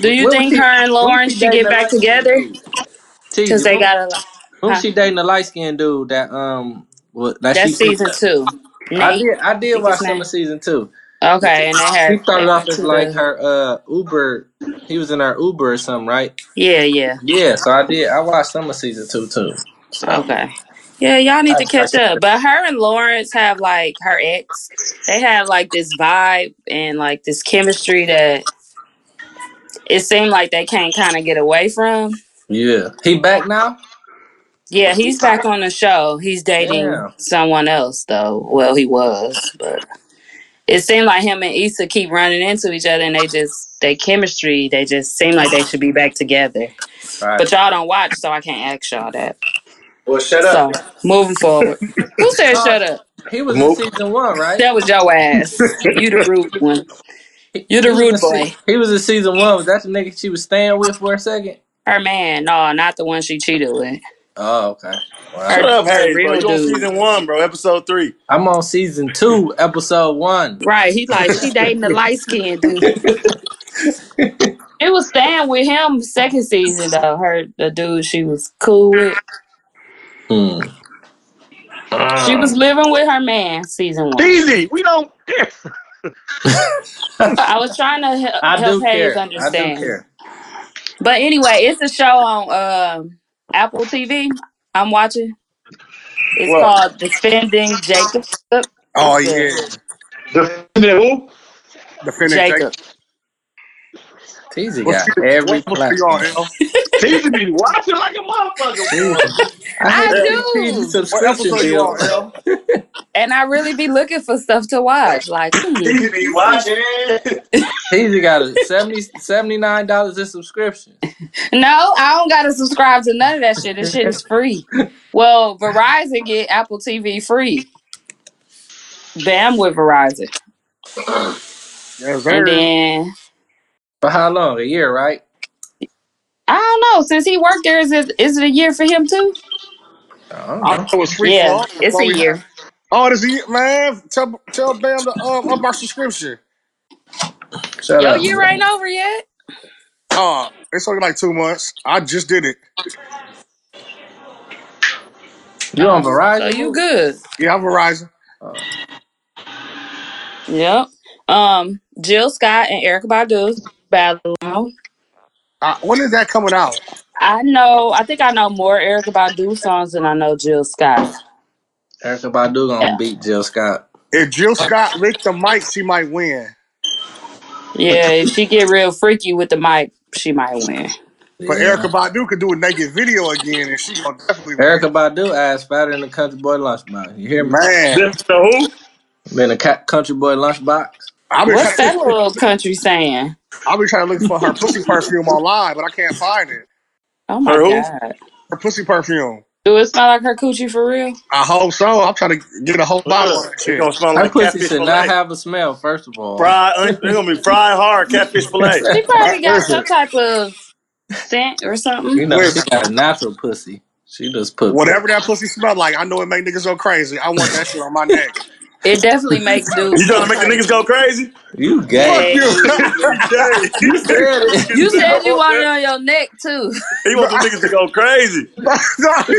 do When you was think? she? Her When was she and Lauren should dating get the back light skinned together dude? because Teasy. they When got a lot. when was Huh? she dating the light skinned dude that um wa- that she That's picked season up? two. I Nate, did. I I did think watch his some name. of season two. Okay, and they She had they started off went as to like the her uh Uber. He was in her Uber or something, right? yeah yeah. Yeah. So I did. I watched some of season two too. So Okay. Um, Yeah, y'all need I, I to catch up. But her and Lawrence have like her ex. They have like this vibe and like this chemistry that it seemed like they can't kind of get away from. yeah. He back now. Yeah, he's back on the show. He's dating Damn. someone else though. Well, he was, but it seemed like him and Issa keep running into each other and they just they chemistry, they just seem like they should be back together. Right. But y'all don't watch, so I can't ask y'all that. Well, shut up. So, moving forward. Who said No, shut up? he was in Mook. season one, right? That was your ass. You the rude one. He, You the he was in rude se- boy. he was in season one. Was that the nigga she was staying with for a second? Her man, no, not the one she cheated with. Oh, okay. Her Wow. Shut up, her Hayes, bro. real You on dude. season one, bro, episode three. I'm on season two, episode one. Right. He like she dating the light skinned dude. It was staying with him second season though. Her the dude she was cool with. Hmm. She was Um, living with her man season one. Easy. We don't care. I was trying to help, I help do Hayes care. I do understand. care. But anyway, it's a show on um Apple TV. I'm watching. It's What? called Defending Jacob. Oh It's a yeah, Defending who? defending Jacob. Jacob. Teasy What got you every what books are you platform. on, L? Teasy be watching like a motherfucker. I had I to L, get Teezy do. what subscription episode you bill. on, L? And I really be looking for stuff to watch. Like, hmm. Teasy be watching. Teezy got a 70, 79 dollars in subscription. No, I don't gotta subscribe to none of that shit. This shit is free. Well, Verizon get Apple TV free. Bam with Verizon. Yes, And sir. then For how long? A year, right? I don't know. Since he worked there, is it is it a year for him too? I don't I know. know it's free for Yeah, all. That's it's why a we. year. Oh, this year, man. Tell tell Bam to um, up our subscription. Shut Yo, up. year ain't over yet. Oh, it's only like two months. I just did it. You on So Verizon, you Mook? good. Yeah, I'm Verizon. Oh. Yep. Um, Jill Scott and Erica Badu's battle. Uh, when is that coming out? I know. I think I know more Erica Badu songs than I know Jill Scott. Erica Badu Yeah. gonna beat Jill Scott. If Jill Scott licked the mic, she might win. Yeah, if she get real freaky with the mic, she might win. But Yeah. Erica Badu could do a naked video again, and she gonna definitely win. Erica Badu ass fatter than the country boy lunchbox. You hear me? Man, This the who? Than the ca- country boy lunchbox. I've been What's trying. that little country saying? I've been trying to look for her pussy perfume online, but I can't find it. Oh my Her who? god. Her pussy perfume. Do it smell like her coochie for real? I hope so. I'm trying to get a whole bottle of Look, that it's shit. gonna smell That like pussy catfish should not fillet. have a smell, first of all. Fry, un- they're gonna be fried hard catfish fillet. She I, probably got listen, some type of scent or something. you know, she listen. got a natural pussy. She just put Whatever that pussy smell like, I know it make niggas go crazy. I want that shit on my neck. It definitely make You dudes trying go to make the crazy. niggas go crazy? You Fuck gay. you. You gay. You said it. You You said don't you want want it that. on your neck too. He No, wants the I, niggas to go crazy. no,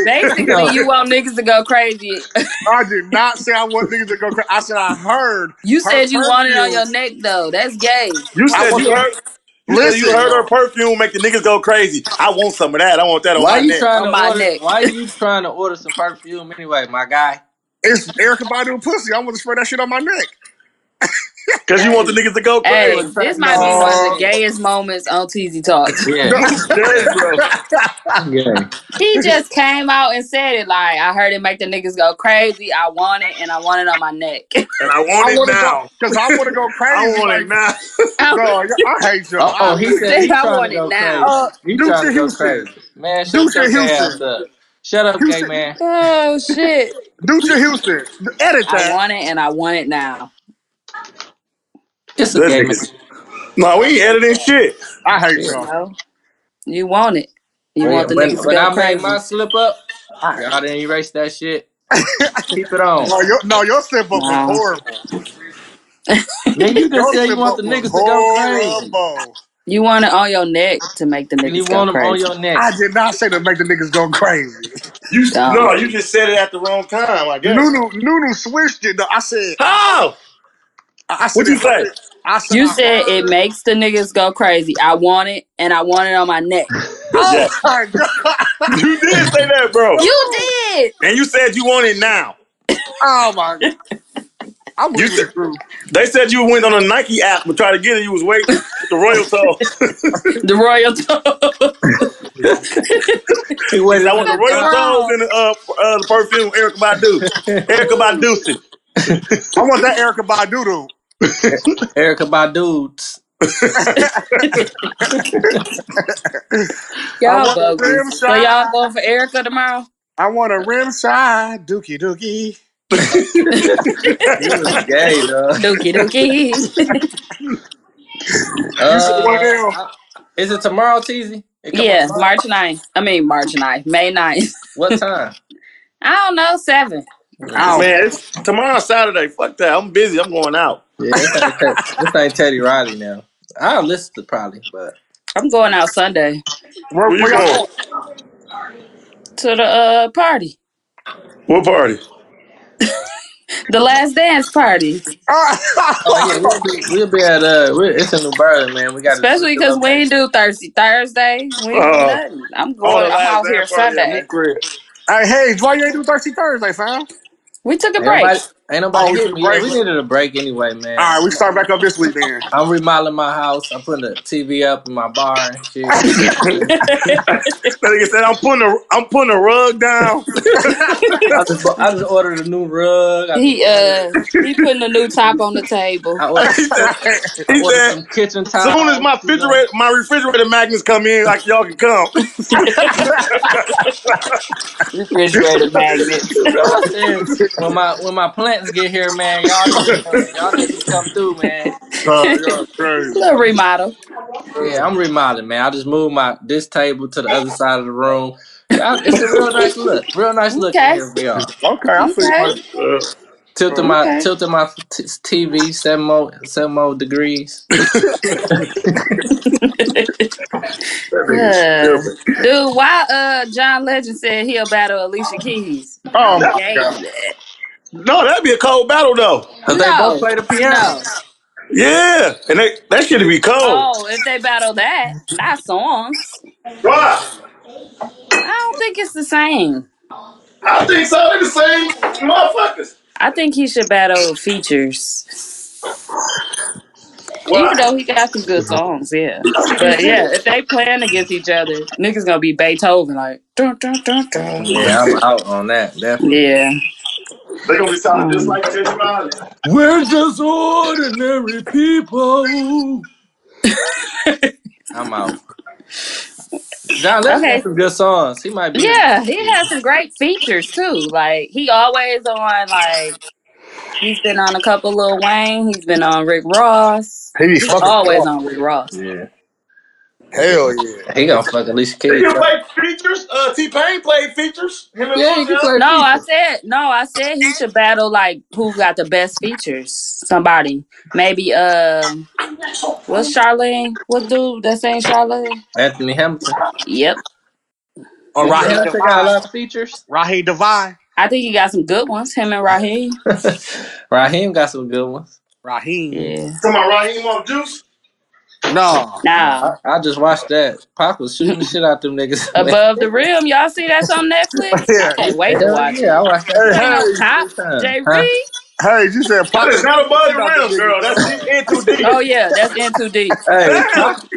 Basically, No. you want niggas to go crazy. I did not say I want niggas to go crazy. I said I heard You her said you want it on your perfume. neck though. That's gay. You I said want you the heard. You said you listen. heard her perfume make the niggas go crazy. I want some of that. I want that on Why my you neck. trying to On my order? neck. Why you trying to order some perfume anyway, my guy? It's Erica Badu pussy. I want to spray that shit on my neck. Cause you want the Hey, niggas to go You crazy. was hey, trying. this might be one of the No, gayest moments on TZ Talk. Yeah. no. You gay, bro. Yeah. He just came out and said it like, I heard it make the niggas go crazy. I want it and I want it on my neck. And I I want it want to go now. because I want to go I crazy. want it Like, now. no, I hate y'all. Oh, I oh, he really said he Say I trying to want it go now. crazy. uh, You Deuce trying to go Houston, crazy, man? Shut Deuce your gay ass Houston, up. Shut up, gay Houston, man. Oh shit. Deuce Houston. Edit I that. want it and I want it now. It's a That gay man. niggas. No, we ain't editing shit. I hate Yeah. y'all. No. You want it. You When want the when niggas to when go I made crazy. my slip up, I, y'all didn't erase that shit. Keep it on. no, your, no, your slip up was No. horrible. Nigga, you just Your said you slip want up the was niggas to go crazy, horrible. You want it on your neck to make the and you niggas go want them on crazy. your neck. I did not say to make the niggas go crazy. You Dumb. no, you just said it at the wrong time. I guess. Nunu, Nunu switched it. Though. I said, How? I, I said, What'd it you say? heard. I said, You I said it heard. makes the niggas go crazy. I want it and I want it on my neck. Yeah. Oh my god! You did say that, bro. You No! did. And you said you want it now. Oh my! I'm You leaving said the group. they said you went on a Nike app to try to get it. You was waiting with the Royal Toes. The royal toes. He He said, waited "I for want the the Royal Toes time. and the uh, uh the perfume Erica Badu, Erica Badu." I want that Erica Badu. though. Erica Badu's. I Y'all want a rim bogus. So y'all shot. going for Erica tomorrow? I want a rim shot. Dookie dookie. You was gay, dog. Dookie dookie. You said what Uh, now? I, is it tomorrow, Teasy? It come out yeah, tomorrow. March 9th. I mean March 9th. May 9th. What time? I don't know, seven. Yeah, I don't Man, know. it's tomorrow Saturday. Fuck that. I'm busy. I'm going out. yeah. This ain't Teddy, this ain't Teddy Riley now. I'll listen to probably, but I'm going out Sunday Where, Where you where y'all going? going? to the uh party. What party? The last dance party. oh yeah, Oh, we'll be we'll be at uh, we it's in New Berlin, man. We got a Especially different because we ain't location. do Thursday Thursday. We ain't do Uh, nothing. I'm oh, going the I'm last out here dance party at Nick Sunday. crib. hey, hey, why you ain't do Thirsty Thursday, fam? We took a break. Everybody Ain't nobody Oh, we hit took a me. Yeah, break. we needed a break anyway, man. All right, we start back up this week then. I'm remodeling my house. I'm putting a TV up in my bar and shit. That nigga said, I'm putting a, I'm putting a rug down. I just, bought- I just ordered a new rug. I just He ordered. uh he putting a new top on the table. I ordered. he Some, said, I he ordered said, some kitchen soon as towels. my You know. refrigerator, my refrigerator magnets come in, like y'all can come. Refrigerator magnets. So I said, when my when my plants get here, man, y'all niggas, gonna- y'all niggas come through, man. Uh, Oh, y'all crazy. Little remodel. Yeah, I'm remodeling, man. I just moved my this table to the other side of the room. Yeah, it's a real nice look. Real nice look in Okay. here for y'all. Okay, I feel Okay. you. Tilting Uh, my Okay. tilting my t- TV seven more seven more degrees. that nigga's Uh, stupid. dude, why uh John Legend said he'll battle Alicia Keys? Oh my Gay. god. No, that'd be a cold battle though. Cause they both No, play the piano. no. Yeah, and they, that shit be cold. Oh, if they battle that, not songs. Why? I don't think it's the same. I think so. They the same motherfuckers. I think he should battle features. Even Why? though he got some good songs, yeah. But yeah, if they playing against each other, niggas gonna be Beethoven like dun, dun, dun, dun. Yeah, I'm out on that definitely. Yeah. They gonna be sounding just Um, like everybody. We're just ordinary people. I'm out. John Legend got okay. some good songs. He might be in Yeah, he the has some great features too. Like he always on like he's been on a couple Lil Wayne, he's been on Rick Ross. He be He's fucking always raw. on Rick Ross. Yeah. Hell yeah. He gonna fuck Alicia He Keys can up. play features. Uh, T Pain played features. Him and Yeah, Lil he can Jon. play No, I feature. said no, I said he should battle like who got the best features. Somebody. Maybe um What's Charlene? What dude that saying Charlene? Anthony Hamilton. Yep. Anthony Or Raheem Hamilton got a Devine. lot of features. Raheem Devine. I think he got some good ones, him and Raheem. Raheem got some good ones. Raheem. Yeah. Come on, Raheem on juice. No. Nah, Nah. I, I just watched that. Pac was shooting the shit out them niggas. man. Above the Rim. Y'all see that's on Netflix? I yeah. can't wait to Hell watch yeah, I it. watched that Hey, You shit ain't no hey, cop, three times, huh? J Reed. That hey, you said Pac is was not above shit the out the rim, girl. That's niggas. deep in too deep. Oh yeah, that's in too deep. Hey, Damn. Pac,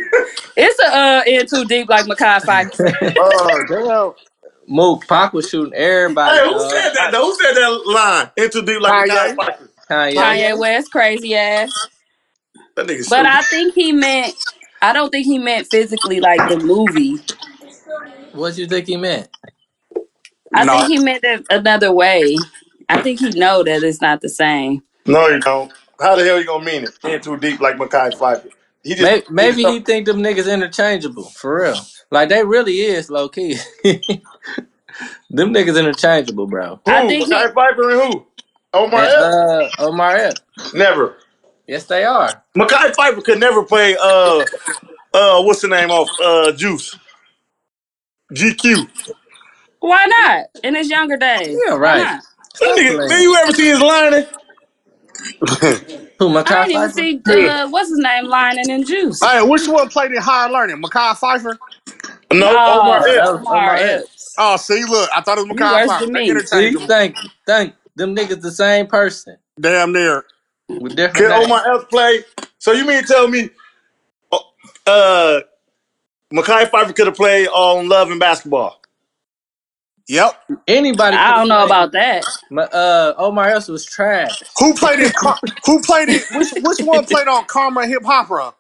It's a uh in too deep like Makai Pfeiffer. Oh, damn. Mook, Pac was shooting everybody, Hey, who dog. said that? Though? Who said that line? Into deep like Makai Kanye. Parker. Kanye. Kanye Kanye. West, crazy ass. That nigga But stupid. I think he meant I don't think he meant physically like the movie. What you think he meant? I No, think he meant it another way. I think he know that it's not the same. no, you don't. How the hell you gonna mean it? In too deep like Makai Pfeiffer. He just Maybe, he just maybe he think them niggas interchangeable for real. Like they really is low key. them niggas interchangeable, bro. I who think he Makai Pfeiffer and who? Omar And Epps? uh, Omar Epps. Never. Yes, they are. Makai Pfeiffer could never play uh uh what's the name off uh Juice GQ. why not in his younger days? Yeah, Why right. not? That Stop nigga, man, playing. you ever see his lining? Who, I Makai ain't even Pfeiffer? see Yeah. uh, what's his name lining in juice. Hey, which one played in hhigher learning? Makai Pfeiffer? No, Omar No, No, that Epps. was Oh, Omar Omar Epps. Epps. Oh, see, look, I thought it was You Makai worse Pfeiffer. than They me. See, interchangeable. thank you. Thank you. Them niggas the same person Damn near. with different Can names. Omar Epps play? So you mean to tell me uh Makai Pfeiffer could have played uh, on Love and Basketball? Yep. Anybody could I have don't know played. about that. Ma- Uh, Omar Epps was trash. Who played it? Who played it? Which which one played on Karma Hip Hop Run?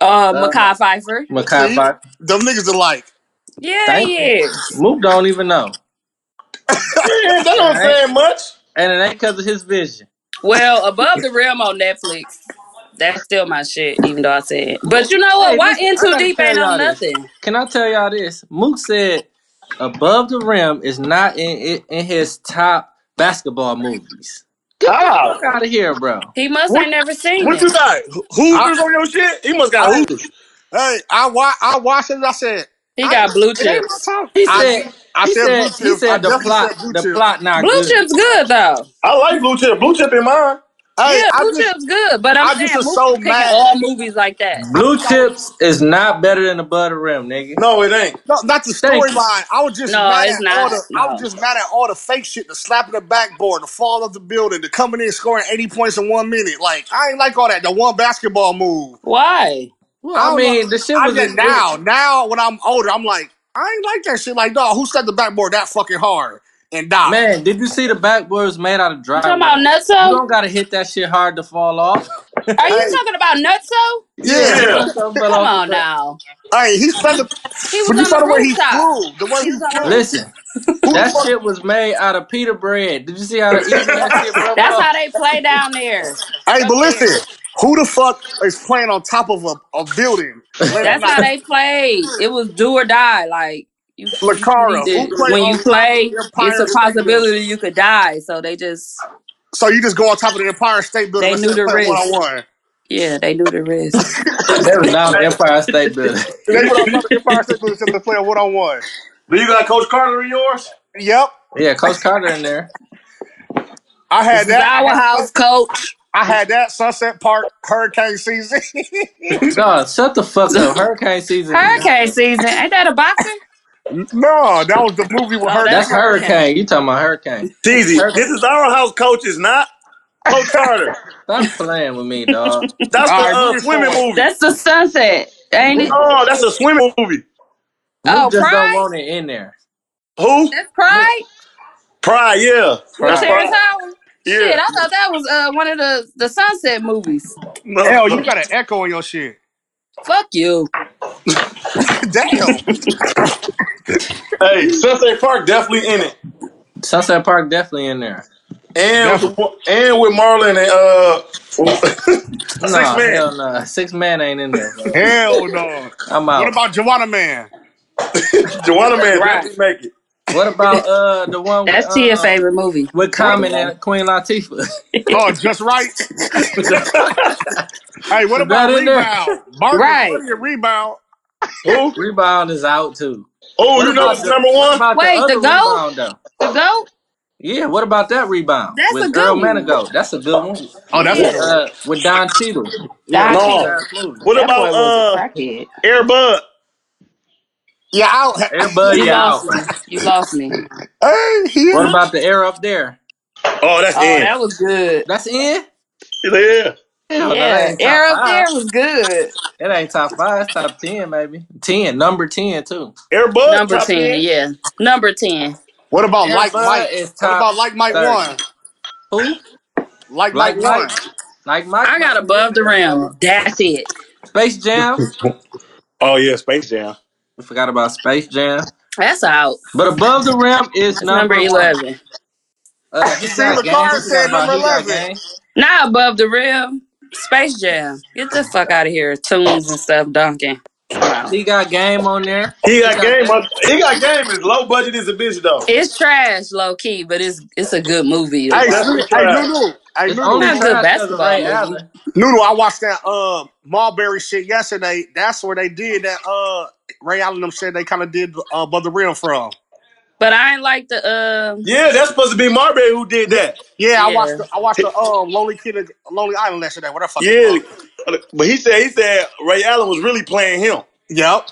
Uh, Uh, Makai Pfeiffer. Makai See, Pfeiffer. them niggas are like, Yeah, Thank he you. is. Mook don't even know. Yeah, that All don't right. say much. And it ain't because of his vision. Well, above the rim on Netflix. That's still my shit, even though I said. it. But you know what? Hey, Why listen, in I too gotta deep tell ain't on y'all this. nothing? Can I tell y'all this? Mook said Above the Rim is not in in, in his top basketball movies. Get the How? fuck out of here, bro. He must What? ain't never seen What it. you got? I, Hooters on your shit? He must got I, Hooters. hey, I wa- I watched it. and I said, He I ain't, got blue it ain't my chips. top. He I said did. I he said said blue he chips. I said the definitely plot said blue the chips. plot not Blue good. chips good though. I like blue chip. Blue chip in mine. Hey, Yeah, I Blue just Chip's good, but I'm I saying just was mo- so picking mad. all movies like that. I Blue thought it was chips is not better than the butter rim, nigga. no, it ain't. No, not the Thank you. storyline. I was just No, mad it's at not. all the. I was No. just mad at all the fake shit, the slapping the backboard, the fall of the building, the coming in scoring eighty points in one minute. Like I ain't like all that. The one basketball move. Why? Well, I I don't know. mean, the shit I was get it, was- now. Now when I'm older, I'm like, I ain't like that shit. Like, dog, who slapped the backboard that fucking hard and died? man. Did you see the backboard was made out of You dry talking about wood? You Nutso? don't gotta hit that shit hard to fall off. Are you Hey, talking about Nutso? yeah. yeah, Yeah. Nutso fell Come off the on back. now. Hey, he slapped the. He was But you on saw the the way he rooftop. threw, the way He he was on the threw. rooftop. Listen, Who the that fuck? shit was made out of pita bread. Did you see how easy that shit broke That's off? how they play down there. Hey, Up but there. listen, who the fuck is playing on top of a, a building late at That's how they night? played. It was do or die. Like you, you Lakara, who needed played when you on top of play, the it's Empire a State? possibility you could die. So they just So you just go on top of the Empire State Building they and knew start the playing one on risk. one. Yeah, they knew the risk. That was not an Empire State Building. They went on top of the Empire State Building and started playing one on one. Do you got Coach Carter in yours? Yep, yeah, Coach Carter in there. I This had is that. I our had house, coach. I had that Sunset Park Hurricane season. No, shut the fuck up. Hurricane season is not. Hurricane season. Ain't that a boxing? no, that was the movie with Oh, that's That's Hurricane. hurricane. hurricane. You talking about hurricane? Teasy, Hur- this is our house coach, is not Coach Carter. Stop playing with me, dog. That's All the right, uh, moving swimming forward. movie. That's the sunset, ain't it? Oh, that's a swimming movie. Nuke Oh, just don't pride. want it in there. Who? That's Nuke. pride Pride, yeah. with That's Right. Terrence Pride. Howard. Shit, Yeah. I thought that was uh, one of the the sunset movies. No. Hell, you got an echo in your shit. Fuck you. Damn. Hey, Sunset Park definitely in it. Sunset Park definitely in there. And with Definitely. the, and with Marlon and uh six Nah, man. hell no. Six man ain't in there, bro. Hell no. I'm What out. about Joanna Man? Joanna man Right. definitely make it. What about uh the one with That's Tia's uh favorite movie. with What? Common and Queen Latifah? Oh, just right. Hey, what Is about that in there? rebound? Martin is Right. funny at rebound. Who? Rebound is out too. Oh, What you know what's about the number what one? about the Wait, the other goat? rebound though? The goat? Yeah, what about that rebound That's with a Earl good one. Manigault? That's a good one. Oh, that's a With Yeah. good one. uh with Don Cheadle. Yeah, Don that's his No. Cheadle. last movie. What That about boy was a uh crackhead. Air Bud? Yeah, I, Everybody You yeah lost out. me. You lost me. hey, he What is. about the air up there? Oh, that's Oh, in. that was good. That's in? Yeah. Hell no, that Yeah. ain't top Air up five. there was good. That ain't top five, it's top ten, maybe. Ten, number ten too. Air Bud Number top 10, ten. yeah. Number 10. What about Air like Bud Mike? is What top about like Mike thirty. one? Who? Like Mike Like Mike. one. Like Mike I got might be in above the there, rim. dog. That's it. Space Jam. Oh yeah, Space Jam. We forgot about Space Jam. That's out. But above the rim is That's number number one. 11. Uh, he See, got game. LaCara We forgot said about number he got eleven. game. Not above the rim. Space Jam. Get the fuck out of here. Tunes and stuff, Duncan. Wow. He got game on there. He He got got game. game. He got game. Is low budget as a bitch though. It's trash, low key, but it's it's a good movie to Hey, watch. Snoop- Definitely hey, trash. Noodle. Hey, It's It's Noodle. only not a good trash because of basketball Ray movie. Allen. Noodle. I watched that uh Marbury shit yesterday. That's where they did that. Uh, Ray Allen them said they kind of did uh, above the rim from. But I ain't like the um Yeah, that's supposed to be Marbury who did that. Yeah, I watched yeah. the I watched the um Lonely Kid Lonely Island yesterday. What the fuck it Yeah, was. but he said he said Ray Allen was really playing him. Yep.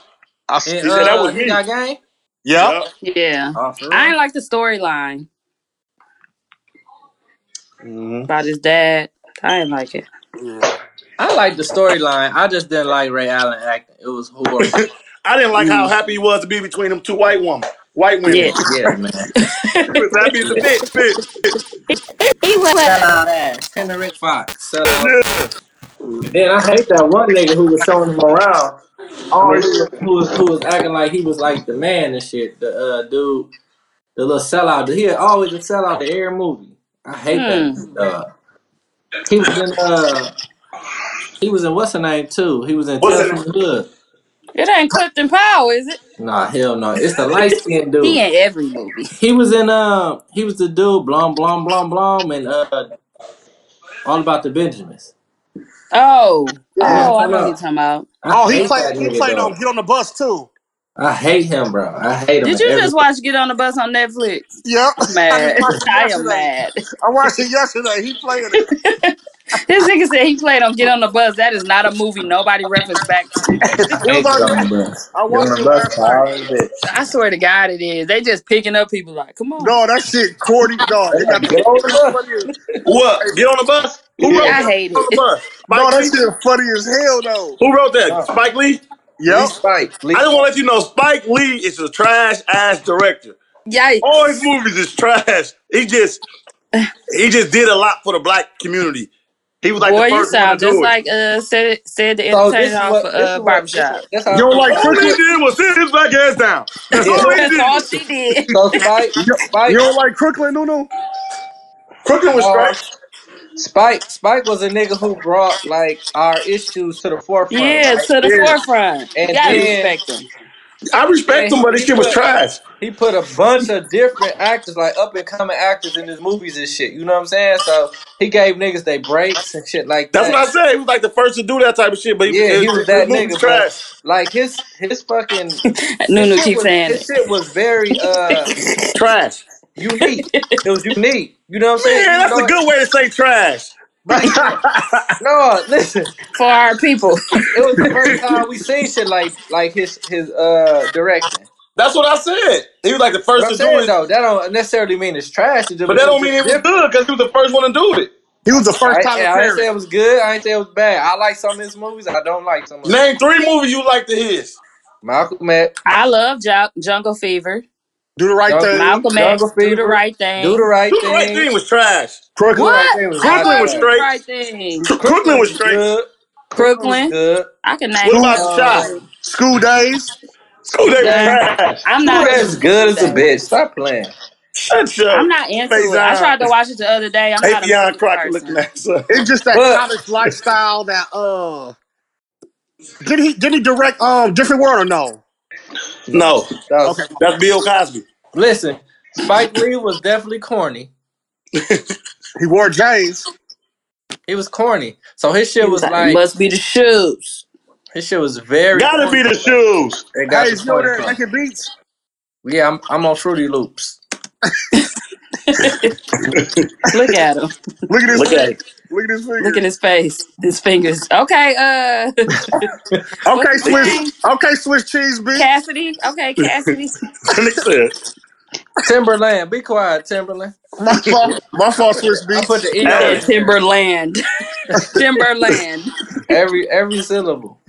I s- And He said that uh, was he me. got game. yep. Yeah. Yeah. Oh, for I ain't real? like the storyline Mm-hmm. hmm about his dad. I ain't like it. Yeah. I like the storyline. I just didn't like Ray Allen acting. It was horrible. I didn't like how Mm. happy he was to be between them two white women. White women. Yeah. Yeah, man. He was happy as a Yeah. bitch. bitch. He Sell was uh, out ass. Henry Fox. Sell out. Yeah. Then I hate that one nigga who was showing him around. Who Oh yeah. was, who was who was acting like he was like the man and shit. The uh, dude, the little sellout. He always a sellout to every movie. I hate that. hmm. nigga, dog. He was in uh he was in what's her name too. He was in What's Tales that? from the Hood. It ain't Clifton Powell, is it? Nah, hell no. It's the light skinned He dude. in every movie. He was in uh he was the dude blom blom blom blom and uh all about the Benjamins. Oh. Yeah. Oh, Man, I come know who you're on. talking about. I Oh, he hate played that he nigga played on dog. Get on the Bus too. I hate him, bro. I hate him Did in you every just watch Get on the Bus on Netflix? Yep. I'm I just mad. watched it I am yesterday. mad. I watched it yesterday. He played it. This nigga said he played on Get on the Bus. That is not a movie nobody referenced back to. It was Ain't get on. on the bus. I Get on watched the it bus, last night. call it a bitch. I swear to God, it is. They just picking up people like, come on. No, that shit, Cordy. No, They they got like, the get on shit the bus. funny as What? Get on the bus? Who wrote I that? hate Get on the it. bus. No, Spike that Lee? shit funny as hell though. Who wrote that? Spike Lee? Lee Yep. Spike. Lee I just Spike. want to let you know Spike Lee is a trash ass director. All his Yikes. movies is trash. He just he just did a lot for the black community. He was like the Boy, you first one to sound just do it. like uh said said the So entertainer this is off what of this is uh what this is barbershop. that's You how don't so like All Spike he Crooked? did was sit his black ass down. That's yeah. all he That's all did. she did. So Spike You, you Spike don't like Crooklyn, Nuno? Crooked was uh straight. Spike Spike was a nigga who brought like our issues to the forefront, Yeah, right? to the Yeah. forefront. You And gotta then respect them. I respect then him, but his he shit was put trash. he put a bunch of different actors, like up and coming actors in his movies and shit. You know what I'm saying? So he gave niggas they breaks and shit like That's that. what I said. He was like the first to do that type of shit, but he, Yeah, his, he was his that movie was nigga, but trash. like his his fucking his Nunu shit keeps was saying his shit was very uh Trash. unique. It was unique. You know what I'm saying? Man, Even that's a though it, good way to say trash. like no, no, listen, for our people. it was the first time we seen shit like like his his uh directing. That's what I said. He was like the But first I'm to do saying it, though, that don't necessarily mean it's trash. It just but it was that don't mean just it was different. good because he was the first one to do it. He was the first I, Tyler I ain't say Perry. it was good. I ain't say it was bad. I like some of his movies. I don't like some of them. Name three movies you liked to his. Malcolm X, I love Jun- Jungle Fever, Do the right Jungle, thing. Malcolm Jungle X, Do the Fever, Right Do the Right Thing. Do the right Thing. thing was Do trash. the Crooklyn. Right What? Thing was I not Crooklyn love was Do trash. the straight. Right Thing. Cro- Crooklyn Crooklyn was was straight. good. Crooklyn was Crooklyn. good. I can name What some about movies School the shot? Um, too. school days. School School Day was Day. trash. I'm Ooh, not that's into good School as a Day. bitch. Stop playing. Shut I'm your not into it. I Faison, tried to watch it the other day. I'm not a Atheon movie Crocker looking person. ass up. It's just that But college lifestyle that uh did he did he direct um different world or no? no, No, that was Okay, my that's bad. Bill Cosby. listen. Spike Lee was definitely corny. He wore J's. He was corny. So his He shit was was like, it like must be the shoes. his shit was very Gotta be corny. the shoes. They got Hey, the is you over corny there part. making beats? Yeah, I'm I'm on Fruity Loops. Look at him. Look at his Look at finger. it. Look at his Look at finger. his face. His fingers. Okay, uh what's Okay, his Swiss. name? Okay, Swiss cheese B. Cassidy. Okay, Cassidy. Nick said, Timberland, be quiet, Timberland. My fault. My fault, Swiss I B. put the E He on hey, said it Timberland. Timberland. every every syllable.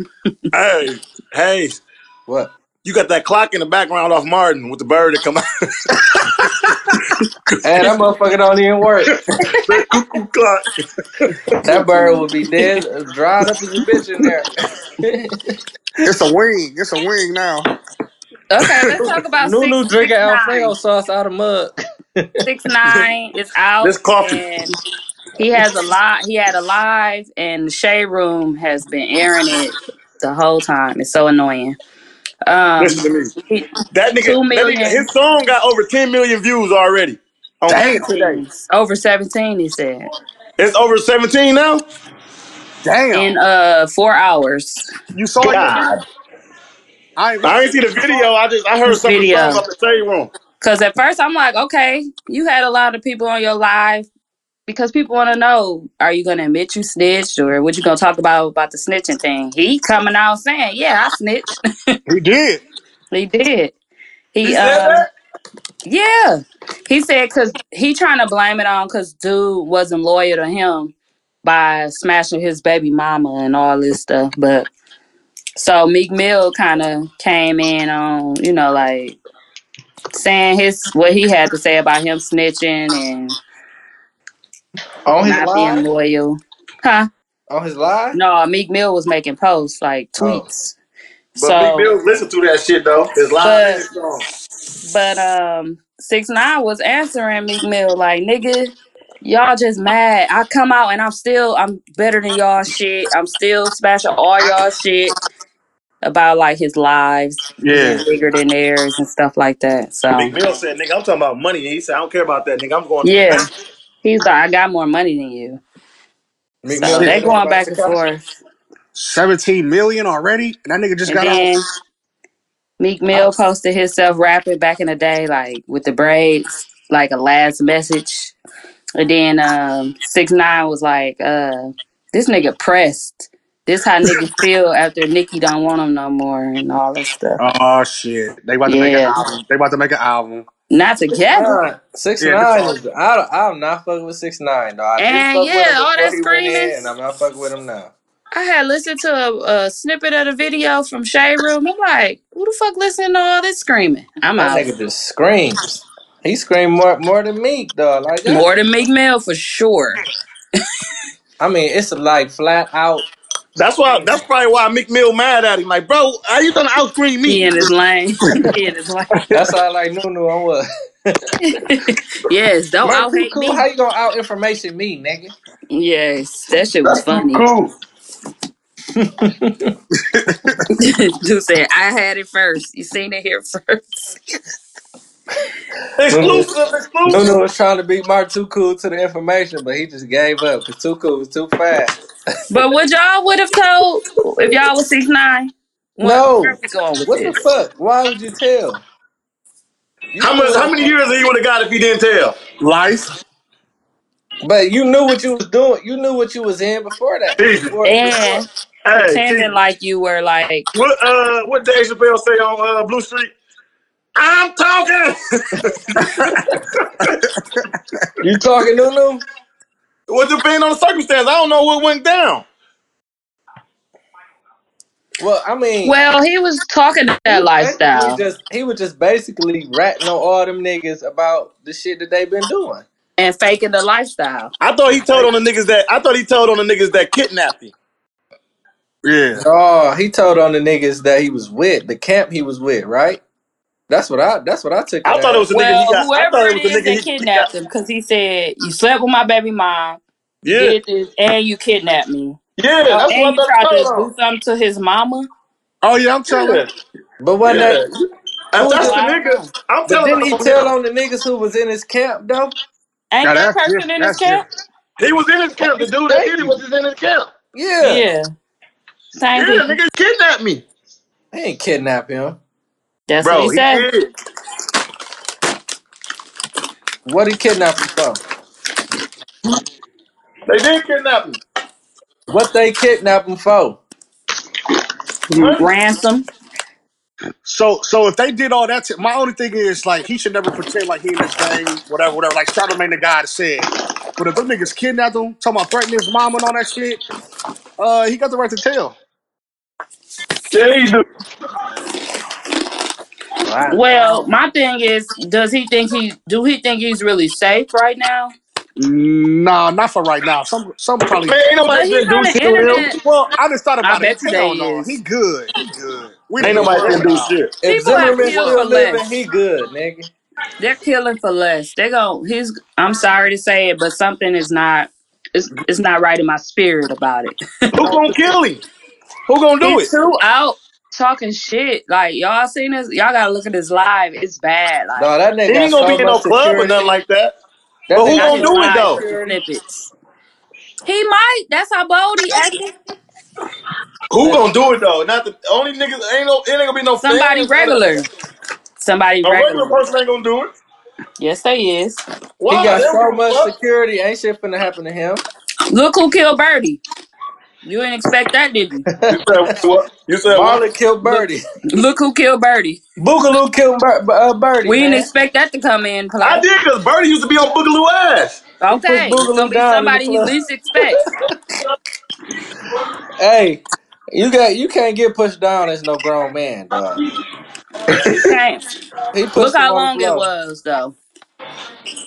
hey, hey, What? you got that clock in the background off Martin with the bird that come out. Hey, that motherfucker don't even work. that cuckoo clock. That bird would be dead, uh, dried up as a bitch in there. It's a wing. It's a wing now. Okay, let's talk about six Nunu drinking six Alfredo nine. sauce out of mug. Six nine is out This coffee. and he has a lot he had a live and Shade Room has been airing it the whole time. It's so annoying. Listen Um to me. he, That two nigga, that nigga, million his song got over 10 million views already on Damn. today. 17 over 17 he said It's over 17 now? Damn. in uh four hours You saw it, Nuno? God. I ain't I watched ain't it. see the You saw video. I just I heard some of the songs video off the same room. because at first i'm like okay you had a lot of people on your live because people want to know are you going to admit you snitched or what you going to talk about about the snitching thing he coming out saying yeah i snitched it. He did. he did He he said um that? yeah he said because he trying to blame it on because dude wasn't loyal to him by smashing his baby mama and all this stuff but So Meek Mill kind of came in on, you know, like saying his what he had to say about him snitching and Oh, On his not being live? loyal. Huh? On his live? No, Meek Mill was making posts like Oh. tweets. But Big So, Bill listened to that shit though. His live and but his song. but um, six nine was answering Meek Mill like, "Nigga, y'all just mad. I come out and I'm still I'm better than y'all shit. I'm still smashing all y'all shit about like his lives being Yeah. bigger than theirs and stuff like that." So Big Bill said, nigga, I'm talking about money. And he said, I don't care about that, nigga. I'm going through yeah. pain. He's like, I got more money than you. Meek So Mill they said that going about back and Tupac? forth. 17 million already? And that nigga just And got off. then Meek Mill posted himself rapping back in the day, like with the braids, like a last message. And then um six nine was like, uh, this nigga pressed. This how niggas feel after Nicki don't want him no more and all that stuff. Oh shit! They about to make an Yeah. album. They about to make an album. Not Six together. nine. Six Yeah, this nine all. is I don't, I'm not fucking with six nine. No, I did And fuck with him yeah, before all that he went in, screaming. and I'm not fucking with him now. I had listened to a, a snippet of the video from Shade Room. I'm like, who the fuck listening to all this screaming? I'm That out. nigga just screams. He screamed more more than me, though. Like that. More than Meek Mill for sure. I mean, it's like flat out. That's why. That's probably why Mick Mill mad at him. Like, bro, how you gonna out scream He me? in his lane. He in his That's how like Nunu I was. lane. yes, don't Merc, out you hate cool? How me. you gonna out information me, nigga? Yes, that shit was That's funny. too cool. Dude said, I had it first. You seen it here first. Nunu, Exclusive, exclusive. Nunu was trying to beat Mark too cool to the information, but he just gave up because too cool was too fast. But what y'all would have told if y'all was six nine? What where No, are we going with what the this? fuck? Why would you tell? You How knew much? what How the many fuck, years he would have got if he didn't tell? Life. but you knew what you was doing. You knew what you was in before that. Jesus. Before, before. And Hey, pretending Jesus. like you were like What? Uh, what Dave Chappelle say on uh, Blue Street? I'm talking. You talking Nunu? Well, depending on the circumstance, I don't know what went down. Well, I mean, Well, he was talking he that was basically lifestyle. just he was just basically ratting on all them niggas about the shit that they been doing. and faking the lifestyle. I thought he told Like, on the niggas that I thought he told on the niggas that kidnapped him. Yeah. Oh, he told on the niggas that he was with, the camp he was with, right? That's what I that's what I took it I thought it was as. the nigga he Well, got. I whoever thought it it was the is nigga that he, he got. kidnapped him, because he said you slept with my baby mom, you Yeah, did this, and you kidnapped me. yeah, Oh, that's and what I you thought he tried told to do on. something to his mama. Oh yeah, I'm telling. Yeah, But wasn't that yeah. it If was that's So just the I don't nigga, know. I'm but telling didn't on he tell him. on the niggas who was in his camp though? Ain't Now that that's person different. in his That's camp? different. He was in his camp. The dude that Thank did it you. was just in his camp. Yeah. Yeah, Yeah, same people. nigga kidnapped me, He ain't kidnap him. That's what he bro. He said. did. What he kidnap him for? They did kidnap me. What they kidnap him for? Money. Ransom. So so if they did all that, to, my only thing is like he should never pretend like he in this thing, whatever, whatever. Like Charlamagne the God said. But if them niggas kidnapped him, talking about threatening his mom and all that shit, uh, he got the right to tell. Yeah, he do. Well, I, I Well, don't my thing is, does he think he do he think he's really safe right now? Nah, not for right now. Some some probably. Man, ain't But nobody he's finna do on shit the to him. internet. Well, I just thought I about bet it. you Hell they no, he is. good. He good. We leave Ain't nobody him finna alone. do Nah. shit. if People have Zimmerman killed for still living, he less. good, nigga. They're killing for less. They go. He's. I'm sorry to say it, but something is not. It's. It's not right in my spirit about it. Who gonna kill him? Who gonna do He it? too out talking shit. Like y'all seen this? Y'all gotta look at this live. It's bad. No, Like that nigga He got ain't gonna so be in much no club or nothing security. like that. That But who I nigga just gonna just do it live though? snippets. He might. That's how bold he acting. Who that gonna do it though? Not the only niggas ain't no it ain't gonna be no Somebody fans or nothing. regular. Somebody A regular regular. person ain't gonna do it. Yes, they is. He Why? got They don't so give a much fuck. security. Ain't shit finna happen to him. Look who killed Birdie. You didn't expect that, did you? You said what? You said what? Marlon killed Look, Birdie. look who killed Birdie. Boogaloo killed Bur- uh, Birdie, We didn't man. expect that to come in I play. did because Birdie used to be on Boogaloo ass. He pushed Okay, it's gonna Boogaloo be down in the somebody you club. least expect. Hey, you got you can't get pushed down as no grown man, dog. You can't. He Look pushed him how on the long it floor. was though.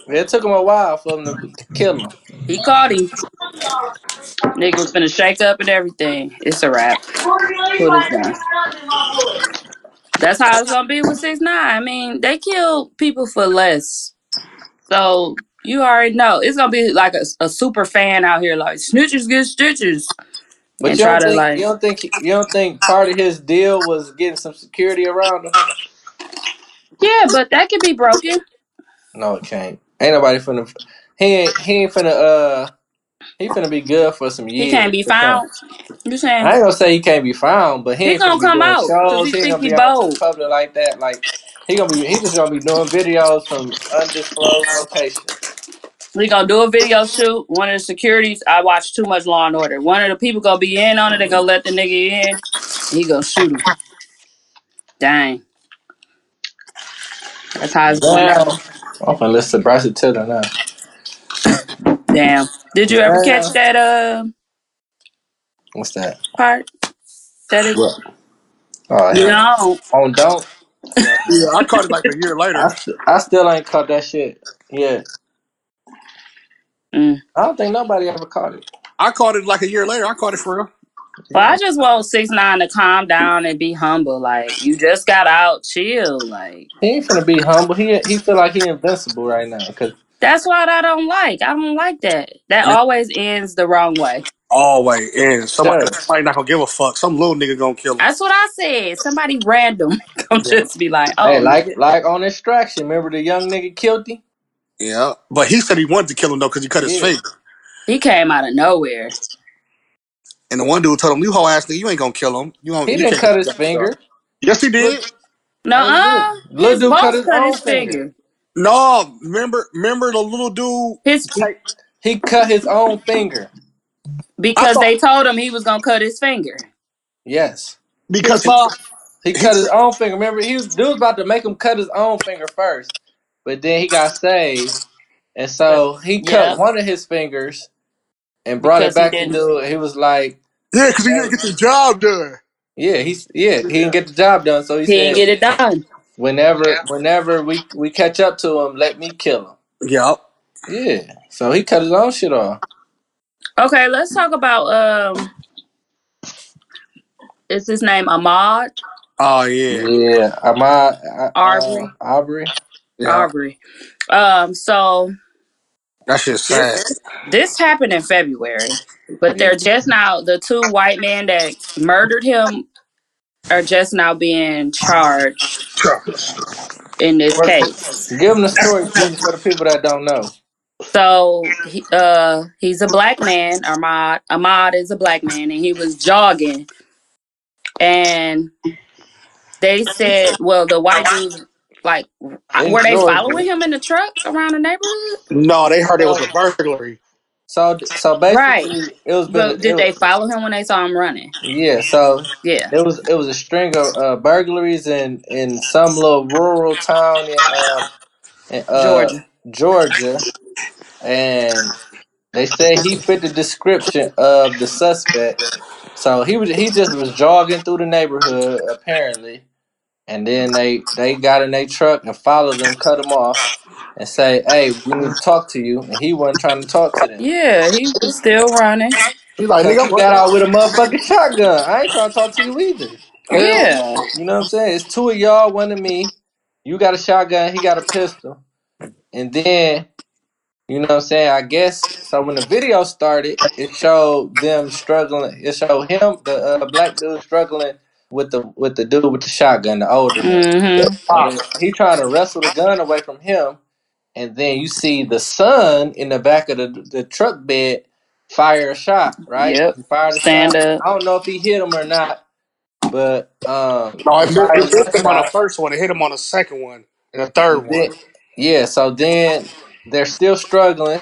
It took him a while for him to, to kill him. He caught him. Nigga was finna shake up and everything. It's a wrap. Put us down. That's how it's gonna be with six nine. I mean, they kill people for less. So you already know it's gonna be like a, a super fan out here, like snitches get stitches, But and you try don't to think like you don't think you don't think part of his deal was getting some security around him? Yeah, but that could be broken. No, it can't. Ain't nobody finna. He ain't he ain't finna. Uh, he finna be good for some He years can't be to come. found. You saying I ain't gonna say he can't be found, but he he ain't finna gonna be come doing out because shows. he He ain't think gonna he be out to the bold. public like that. Like he gonna be, he just gonna be doing videos from undisclosed locations. We gonna do a video shoot. One of the securities, I watch too much Law and Order. One of the people gonna be in on it. They gonna let the nigga in. He gonna shoot him. Dang, that's how it's going Damn. down. I'm finna listen to Bryson Tiller now. Damn. Did you ever catch Damn. that uh What's that? part? That it, What? Oh you hell. know, On don't. Yeah, I caught it like a year I, later. st- I still ain't caught that shit. Yeah. mm. I don't think nobody ever caught it. I caught it like a year later. I caught it for real. Well, I Yeah. just want six nine to calm down and be humble. Like you just got out, chill. Like He ain't finna be humble. He he feel like he invincible right now. Cause that's what I don't like. I don't like that. That Man, always ends the wrong way. Always. And somebody, sure. somebody not gonna give a fuck. Some little nigga gonna kill him. That's what I said. Somebody random don't Yeah. just be like, Hey, oh like nigga. like on extraction. Remember the young nigga killed him? Yeah. But he said he wanted to kill him though because he cut his Yeah. finger. He came out of nowhere. And the one dude told him, "You whole ass nigga, you ain't gonna kill him. You don't. He You didn't can't cut get his that dog." finger. Yes, he Look, did. No, no, he uh, didn't. Little his dude cut boss his cut own his finger. finger. No, remember, remember the little dude. His He he cut his own finger. I because thought they told him he was gonna cut his finger. Yes. because His he, boss. He he cut his own finger. Remember, he was dude was about to make him cut his own finger first, but then he got saved, and so he cut Yep, one of his fingers and brought it because he back to didn't. dude. He was like, yeah, because he didn't "Hey, get the job done. yeah, he's yeah, he didn't get the job done." So he He didn't said, get it done. "Whenever, whenever we we catch up to him, let me kill him." Yeah, Yeah. So he cut his own shit off. Okay, let's talk about um is his name Ahmad Oh yeah. Yeah, am I, I uh, Arbery? Aubrey? Yeah. Arbery. Um, so That shit's this sad. this happened in February, but Yeah. they're just now the two white men that murdered him are just now being charged in this What? case. Give him the story, Jesus, for the people that don't know. So he, uh, he's a black man. Ahmad Ahmad is a black man, and he was jogging, and they said, well, the white dudes like In were they Georgia. following him in the truck around the neighborhood? No, they heard it was So a burglary. so so Right, basically, it was been but it did was, they follow him when they saw him running? yeah. So Yeah, it was it was a string of uh, burglaries in in some little rural town in uh, in uh Georgia. Georgia, and they said he fit the description of the suspect. So he was he just was jogging through the neighborhood apparently, and then they they got in their truck and followed him, cut him off, and say, "Hey, we need to talk to you." And he wasn't trying to talk to them Yeah, he was still running. He because like, nigga, he I'm running. got out with a motherfucking shotgun. I ain't trying to talk to you either. Hell, Yeah, You know what I'm saying? It's two of y'all, one of me. You got a shotgun, he got a pistol, and then you know what I'm saying? I guess so. When the video started, it showed them struggling. It showed him, the uh, black dude, struggling with the with the dude with the shotgun, the older one. hmm And then he trying to wrestle the gun away from him, and then you see the son in the back of the, the truck bed fire a shot. Right? Yep, He fired a stand shot. up. I don't know if he hit him or not, but um, no, he it, mi- fired it missed a him on the shot. first one. It hit him on the second one and the third And one. then, yeah, so then they're still struggling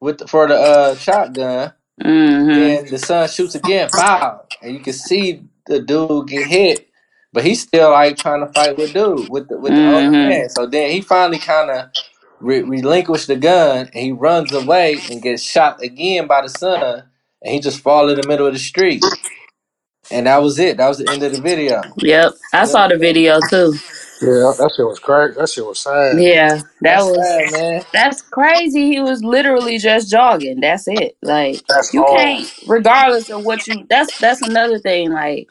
with the, for the uh, shotgun. hmm Then the son shoots again, foul, and you can see the dude get hit, but he's still like trying to fight with dude with the with the older hmm man. So then he finally kind of re- relinquished the gun and he runs away and gets shot again by the son, and he just fall in the middle of the street. And that was it. That was the end of the video. Yep, I You know what saw the I'm saying? video too. Yeah, that shit was crazy. That shit was sad. Yeah, that That's was sad, man. that's crazy. He was literally just jogging. That's it. Like That's you all. can't, regardless of what you. That's that's another thing. Like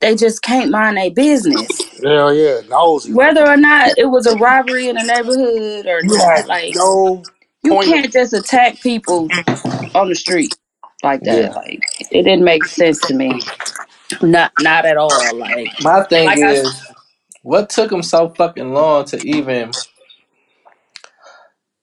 they just can't mind their business, Hell yeah, nosy like whether or not it was a robbery in the neighborhood or you not. had Like no you point of can't just attack people on the street like that. Yeah. Like it didn't make sense to me. Not not at all. Like My thing like I is, what took him so fucking long to even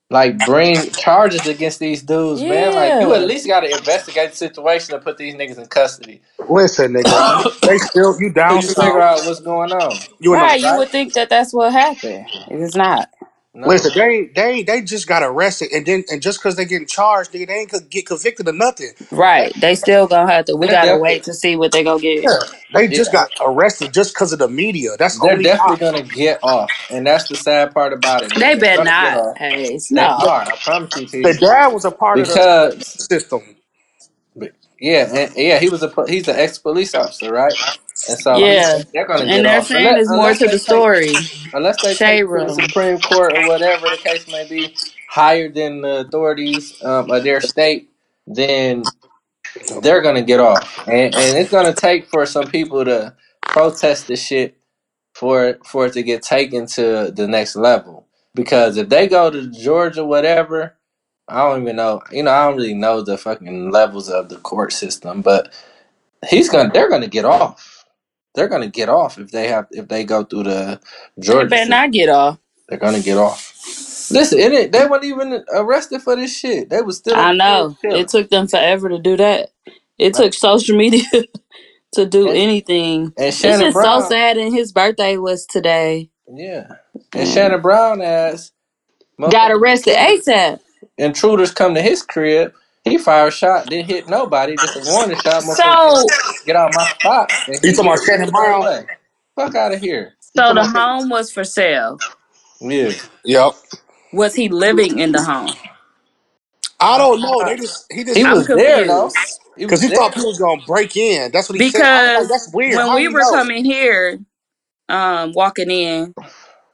like bring charges against these dudes, man. Like you at yeah least gotta investigate the situation and put these niggas in custody. listen, nigga. They still you So down you figure south. out what's going on. You in the right. You right? would think that that's what happened. It is not. No. Listen, they they they just got arrested, and then and just because they getting charged, nigga, they ain't could get convicted of nothing. They, Right. They still gonna have to. We They're gotta definitely wait to see what they gonna get. yeah, they yeah, just got arrested just because of the media. That's they're only definitely cop. gonna get off. And that's the sad part about it, They nigga. They're better gonna get not, off. Hayes. They No. are, I promise you, The T. dad was a part of the Because system. yeah, and, yeah, he was a po- he's an ex police officer, right? And so he's Yeah. they're gonna And get they're off saying unless there's more unless to they the take story. unless they Shade take to the room. Supreme Court or whatever the case may be, higher than the authorities um, of their state, then they're gonna get off, and and it's gonna take for some people to protest this shit for it for it to get taken to the next level. Because if they go to Georgia, whatever, I don't even know. You know, I don't really know the fucking levels of the court system, but he's gonna they're gonna get off. They're gonna get off if they have if they go through the They Georgia better system. not get off. They're gonna get off. Listen, it, ain't- they weren't even arrested for this shit. They was still I on the field know. It chilling. took them forever to do that. Like, It took social media to do and, anything. and It's Shannon just so Brown, sad and his birthday was today. yeah, and Mm. Shannon Brown ass Got motherfucking arrested intruders. ASAP. Intruders come to his crib. He fire a shot, didn't hit nobody. Just a warning shot, motherfucker. Get, So get out my spot, and You he talking get about Shannon arrested right Brown? away. Fuck out of here. You so talking the about? home was for sale. Yeah, Yep. Was he living in the home? I I'm don't know. They not. just he He just I'm was there though. confused. He because was he thought there. people was gonna break in. That's what he said. I was like, Because that's weird. when How we he were know? coming here, um, walking in,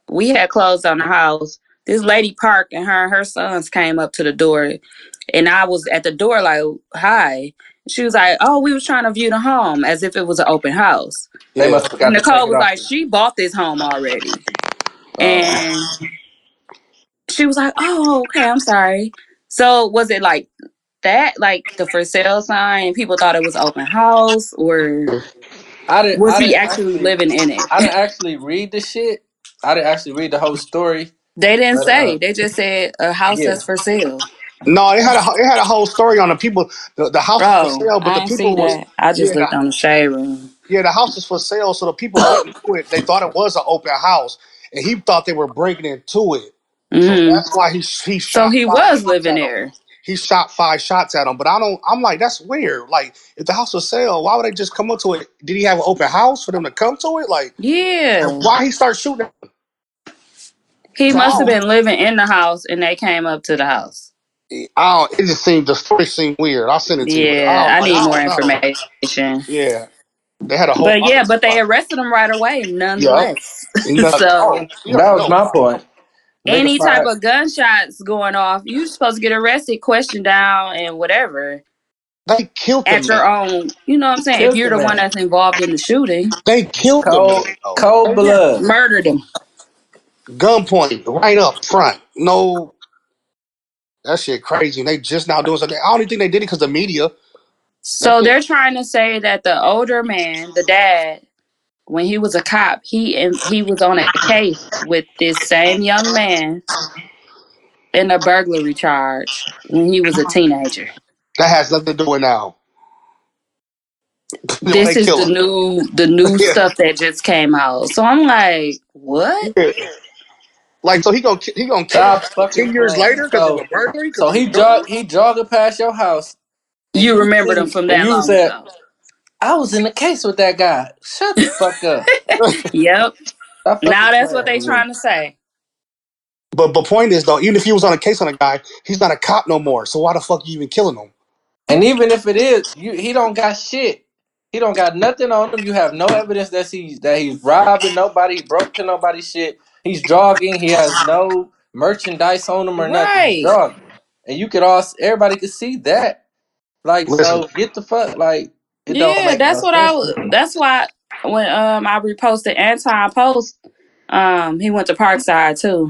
we had clothes on the house. This lady parked and her and her sons came up to the door and I was at the door like, hi. She was like, Oh, we was trying to view the home as if it was an open house. They Yeah. must have got to take Nicole it was off. like, She bought this home already. Oh, And she was like, Oh, okay, I'm sorry. So was it like that, like the for sale sign? People thought it was open house, or I didn't. was I he didn't actually actually. living in it? I didn't actually read the shit. I didn't actually read the whole story. They didn't But uh, say. They just said a house yeah, that's for sale. No, it had a it had a whole story on the people. The, the house was Oh, for Bro, sale, but I the didn't see people was that. I just yeah. The, looked on the shade room. Yeah, the house is for sale, so the people went to it. They thought it was an open house, and he thought they were breaking into it. So Mm. that's why he So he shot he five was shots living at him. there. He shot five shots at him. But I don't. I'm like, that's weird. Like, if the house was sale, why would they just come up to it? Did he have an open house for them to come to it? Like, and Yeah. why he start shooting? at- He So I must have don't. been living in the house and they came up to the house. I don't. It just seemed the story seemed weird. I sent it to you, but I Yeah, was I like, oh, need I more don't know. information. Yeah, they had a whole But other yeah, but they like, arrested him right away yep. nonetheless. And you know, so oh, you that was already know my about it. point. Nigga any type fired. of gunshots going off, you're supposed to get arrested, questioned down, and whatever They killed the at man. your own. You know what I'm saying? If Killed you're the the one man. that's involved in the shooting, They killed the Cold, man though. cold blood. murdered him. Gunpoint right up front. No, that shit crazy. And they just now doing something. I only think they did it because the media. That's So it. they're trying to say that the older man, the dad, when he was a cop, he and he was on a case with this same young man in a burglary charge when he was a teenager. That has nothing to do with now. when This they is kill the him. new the new yeah. stuff that just came out. So I'm like, what? yeah. Like so, he gonna ki- he gonna kill him Stop fucking ten years playing. later because of So, a burglary because so of a he gun. jog he jogging past your house, and You you remembered him sitting, and from that you was long at. ago. I was in the case with that guy. Shut the fuck up. Yep. Stop fucking Now that's what playing they with me. trying to say. But but point is though, even if he was on a case on a guy, he's not a cop no more. So why the fuck you even killing him? And even if it is, you he don't got shit. He don't got nothing on him. You have no evidence that he's that he's robbing nobody, he broke to nobody's shit. He's jogging. He has no merchandise on him or nothing. He's Right. jogging, and you could all everybody could see that. Like, Listen, so get the fuck. Like, it don't Yeah, make that's no what I sense was to me. that's why when um I reposted Anton Post, um, he went to Parkside too.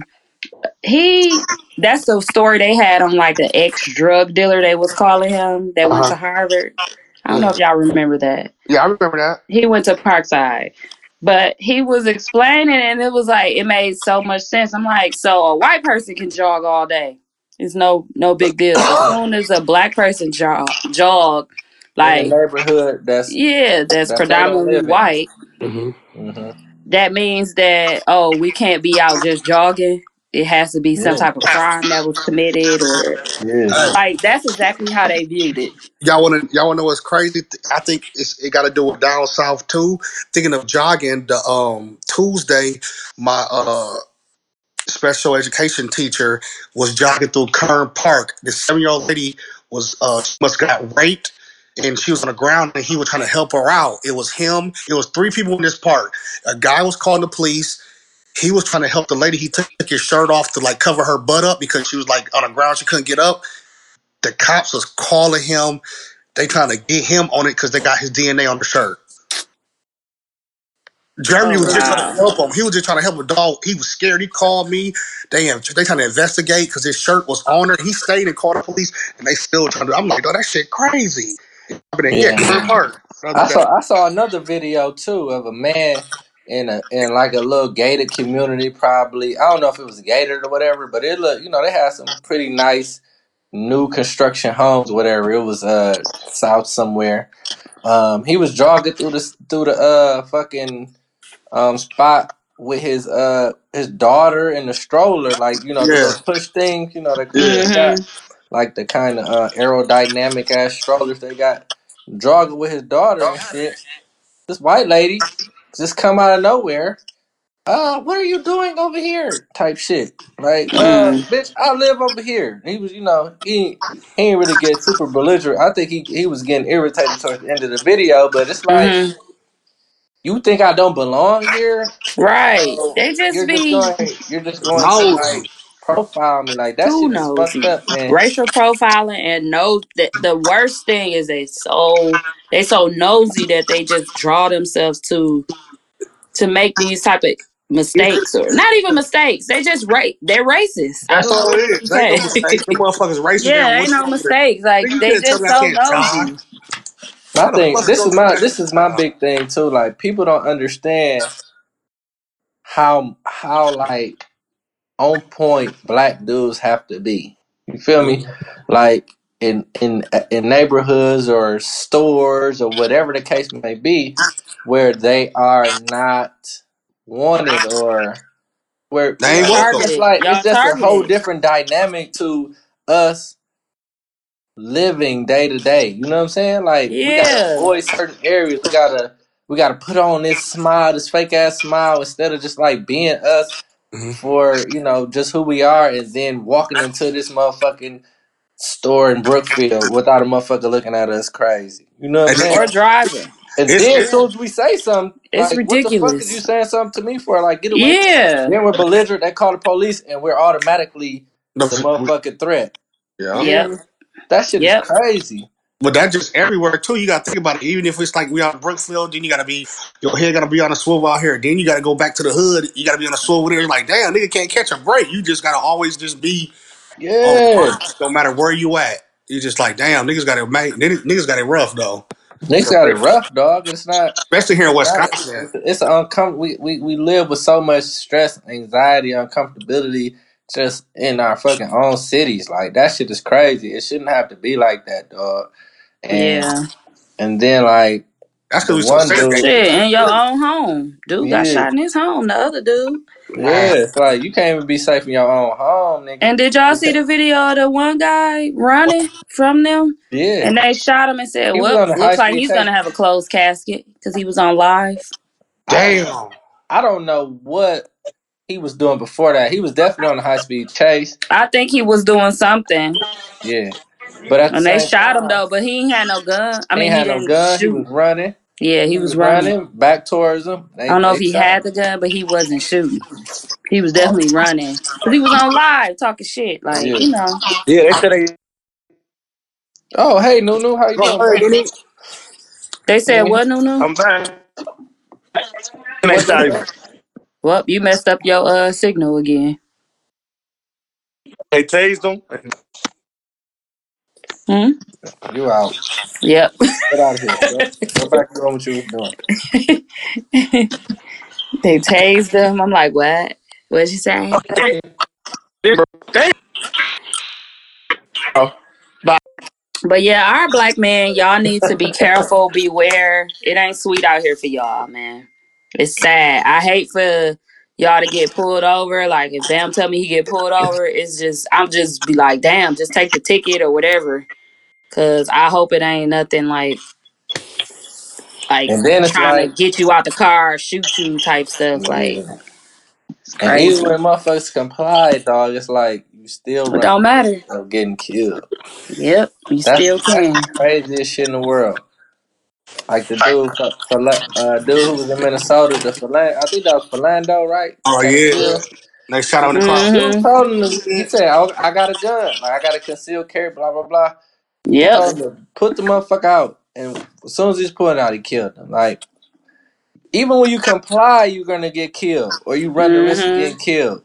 he that's the story they had on like the ex drug dealer they was calling him that went uh huh. to Harvard. I don't know Yeah, if y'all remember that. yeah, I remember that. He went to Parkside. But he was explaining and it was like it made so much sense. I'm like, so a white person can jog all day. It's no no big deal. As soon as a black person jog jog, In a like, neighborhood that's yeah, that that's they don't predominantly live in. white, hmm Mm-hmm. that means that, oh, we can't be out just jogging. It has to be some Yeah. type of crime that was committed, or Yes. like that's exactly how they viewed it. Y'all wanna y'all wanna know what's crazy? I think it's it gotta do with down south too. Thinking of jogging the um Tuesday, my uh special education teacher was jogging through Kern Park. This seven year old lady was uh she must got raped and she was on the ground and he was trying to help her out. It was him, it was three people in this park. A guy was calling the police. He was trying to help the lady. He took his shirt off to like cover her butt up because she was like on the ground, she couldn't get up. The cops was calling him. They trying to get him on it because they got his DNA on the shirt. Jeremy Oh was just trying to wow. help him. He was just trying to help a dog. He was scared. He called me. Damn, they trying to investigate because his shirt was on her. He stayed and called the police, and they still trying to. I'm like, oh, that shit crazy. I've been in yeah, Yeah. Kern Park the other I day. saw I saw another video too of a man in a in like a little gated community probably. I don't know if it was gated or whatever, but it looked you know, they had some pretty nice new construction homes, whatever. It was uh south somewhere. Um he was jogging through the through the uh fucking um spot with his uh his daughter in the stroller, like, you know, the Yeah, little push thing, you know, the cool they got Mhm. like the kind of uh aerodynamic ass strollers they got jogging with his daughter and shit this white lady just come out of nowhere. Uh, what are you doing over here? Type shit. Like, uh, Mm. bitch, I live over here. He was, you know, he he ain't really get super belligerent. I think he he was getting irritated towards the end of the video, but it's like, Mhm. you think I don't belong here? Right. So They just you're just be going you're just going to nosy. like profile me. Like that too shit is fucked nosy. up, man. Racial profiling and no the, the worst thing is they so they so nosy that they just draw themselves to to make these type of You could- mistakes or not even mistakes. They just ra- they're racist. I That's don't know all what it to is. There ain't no say. mistakes. The motherfuckers racist. They yeah, ain't don't want you no over there. mistakes. Like Nigga, You they can't tell just me I so can't jog. nosy. My How the thing fuck this do is I my can't this is my jog? big thing too. Like people don't understand how how like on point black dudes have to be. You feel me? Mm-hmm. Like in in in neighborhoods or stores or whatever the case may be, where they are not wanted or where you They know ain't it's welcome. just Targeted. like it's Y'all just a whole targeted. different dynamic to us living day to day. You know what I'm saying? Like we gotta Yeah. avoid certain areas. We gotta we gotta put on this smile, this fake ass smile, instead of just like being us hmm for you know just who we are, and then walking into this motherfucking store in Brookfield without a motherfucker looking at us crazy. You know what I'm And saying? Or driving. And it's then as it's soon as we say something, It's like what the fuck is you ridiculous. saying something to me for? Like get away. Yeah. Then we're belligerent. They call the police, and we're automatically the the, motherfucking threat. yeah. Yep. That shit is Yep. crazy. But that just everywhere too. You gotta think about it. Even if it's like we out in Brookfield, then you gotta be your head gotta be on a swivel out here. Then you gotta go back to the hood. You gotta be on a swivel there. You're like, damn, nigga can't catch a break. You just gotta always just be on Yeah. point, no matter where you at. You just like, damn, niggas got it make niggas niggas got it rough though. Niggas For got it real. rough, dog. It's not. Especially here in It's not. Wisconsin. It's an uncomfortable. We, we we live with so much stress, anxiety, uncomfortability, just in our fucking own cities. Like that shit is crazy. It shouldn't have to be like that, dog. And Yeah. and then like That's the because we so one dude, segregated. Shit, in your own home. Dude got yeah, shot in his home, the other dude. Man. yeah. It's like you can't even be safe in your own home, nigga. And did y'all You see can't. the video of the one guy running from them? Yeah, And they shot him and said, he was "Well, on the high looks like speed he's chase. gonna have a closed casket because he was on live." I don't. Damn. I don't know what he was doing before that. He was definitely on the high speed chase. I think he was doing something, Yeah, but at the and they same shot him time. though. But he ain't had no gun. I He ain't mean, he had no didn't gun. He was shoot. running. Yeah, he He was was running. running back towards them. I They don't know if they he shot him. had the gun, but he wasn't shooting. He was definitely running because he was on live talking shit, like Yeah. you know. Yeah, they said they Oh hey Nunu, how you No, doing, hey, bro? nigga. They said, Yeah. "What, Nunu? I'm back. And they What you started say? Well, you messed up your uh signal again." they tased them. and Hmm. You out. Yep. Get out of here. Go go back to the room what you was doing. they tased him. I'm like, "What? What'd you say?" They they- they- oh, But But yeah, our black men, y'all need to be careful, beware. It ain't sweet out here for y'all, man. It's sad. I hate for y'all to get pulled over. Like if Bam tell me he get pulled over, it's just I'm just be like, damn, just take the ticket or whatever. Cause I hope it ain't nothing like like And then it's trying to like, get you out the car, shoot you type stuff. Like yeah. it's And even crazy. when motherfuckers comply, dog, it's like you still It run don't the risk matter. of getting killed. Yep, you That's still that's the can. craziest shit in the world. Like the dude, for, for, uh, dude who was in Minnesota, the Philan- I think that was Philando, right? Oh Got yeah, killed. they shot him in the car. Dude Mm-hmm. told him, to, he said, I, I got a gun. Like, I got a concealed carry, blah, blah, blah. He Yep. told him to put the motherfucker out. And as soon as he's pulling out, he killed him. Like, even when you comply, you're going to get killed or you run the risk of Mm-hmm. getting killed.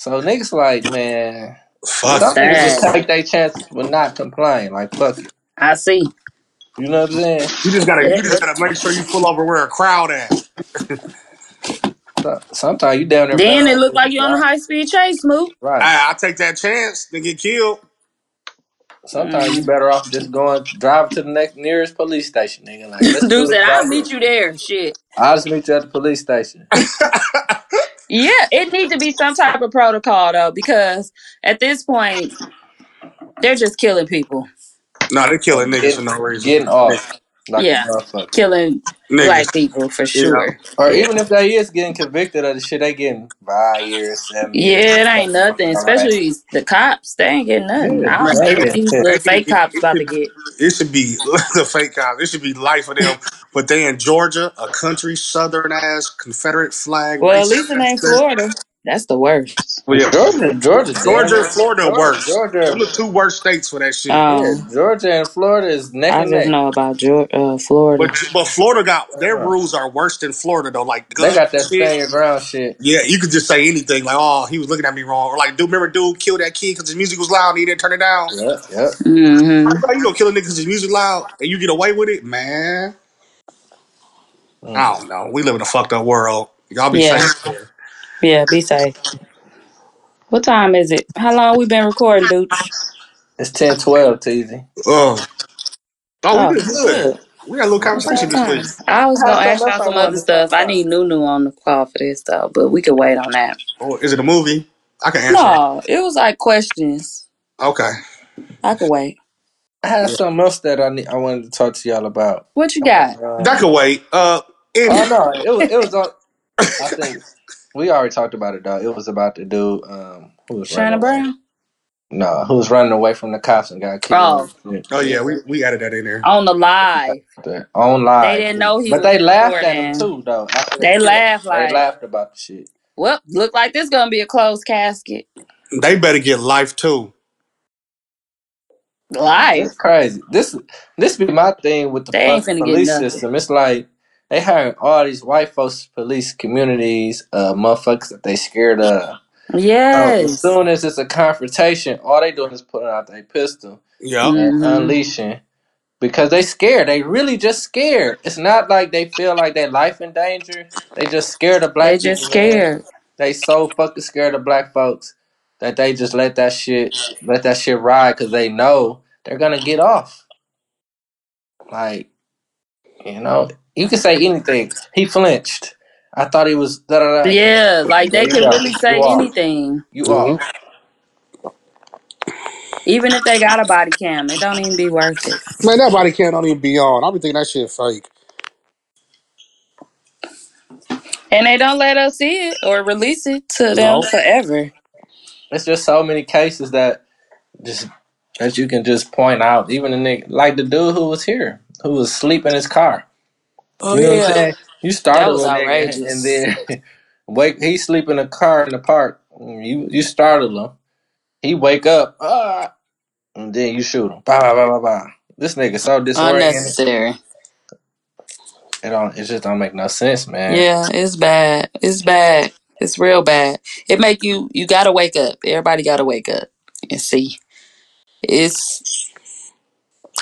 So niggas like, man, Fuck. some niggas just Sad. take their chances with not complying. Like, fuck it. I see. You know what I'm saying? You just gotta, Yeah. you just gotta make sure you pull over where a crowd at. So, sometimes you down there better Then it off looked if like you you on a out. high speed chase, Moot. Right. I, I take that chance to get killed. Sometimes you Mm. better off just going drive to the next nearest police station, nigga. Like, let's do Dude this said, I'll right meet here. you there. Shit. I'll just meet you at the police station. Yeah, it needs to be some type of protocol though, because at this point, they're just killing people. Nah, they killing Like niggas getting for no reason. getting off Niggas. like a Yeah. motherfucker. Killing Niggas. black people for Yeah. sure. Or Yeah. even if they is getting convicted of the shit, they getting five years, seven years, Yeah, it something ain't nothing. like that. Especially these- the cops. They ain't getting nothing. Yeah, I don't Man, see they what getting these ten. little it, fake it, cops it about to should get. it should be the fake cops. It should be life for them. But they in Georgia, a country southern ass Confederate flag Well, at racist least it ass ain't state. Florida. That's the worst. Well, yeah, Georgia, Georgia, damn Georgia and it. Florida Georgia, worse. Them Georgia, the two worst states for that shit. yeah, Um, Georgia and Florida is neck I and just neck. know about Georgia, uh, Florida. But but Florida got their Uh, rules are worse than Florida though. Like They gun got that shit. stand your ground shit. Yeah, you could just say anything like, "Oh, he was looking at me wrong," or like, "Dude, remember, dude killed that kid because his music was loud and he didn't turn it down." Yep, yep. hmm How you gonna kill a nigga because his music loud and you get away with it, man? Mm. I don't know. We live in a fucked up world. Y'all be safe. Yeah. Yeah. Be safe. What time is it? How long we been recording, Dooch? It's 10 12, TZ. Oh, oh, we Oh, did good. good. We had a little What's conversation that this week. time? I was Had gonna something else ask y'all I some wanted other to talk stuff. I about. need Nunu on the call for this though, but we could wait on that. Oh, is it a movie? I can answer it. No, it was like questions. Okay. I could wait. I had Yeah. something else that I need, I wanted to talk to y'all about. What you got? That Um, could wait. Uh, end oh it. no, it was it was on. I think we already talked about it though. It was about the dude um, who was running Shannon away. Brown? No, who was running away from the cops and got Oh, killed. Shit, Oh Yeah, yeah, we, we added that in there. on the live. that- on They live. didn't know he But was they laughed at him too recording. though. After they They killed, him. laugh they like, laughed about the shit. well, look like this gonna be a closed casket. They better get life too. Like this Life. crazy. This this be my thing with the They ain't fucking finna get police nothing. system. It's like they hiring all these white folks to police communities, uh, motherfuckers that they scared of. So as Yes. soon as it's a confrontation, all they doing is putting out their pistol Yup. and hmm unleashing because they scared. They really just scared. It's not like they feel like their life in danger. They just scared of They black just people, man. scared. They so fucking scared of black folks that they just let that shit let that shit ride because they know they're gonna get off. Like you know, you can say anything. He flinched. I thought he was da da da. Yeah, like There they you could go. really You say off. anything. You hmm off. Even if they got a body cam, it don't even be worth it. Man, that body cam don't even be on. I be thinking that shit fake. And they don't let us see it or release it to them No. forever. It's just so many cases that just that you can just point out. Even the nigga, like the dude who was here, who was asleep in his car. Oh You know what I'm yeah. saying? You That startle was a nigga and outrageous. then wake. He sleep in a car in the park. You you startle him. He wake up. Ah, and then you shoot him. Bah bah bah bah bah. This nigga so disoriented. Unnecessary. It don't. It just don't make no sense, man. Yeah, it's bad. It's bad. It's real bad. It make you you gotta wake up. Everybody gotta wake up and see. It's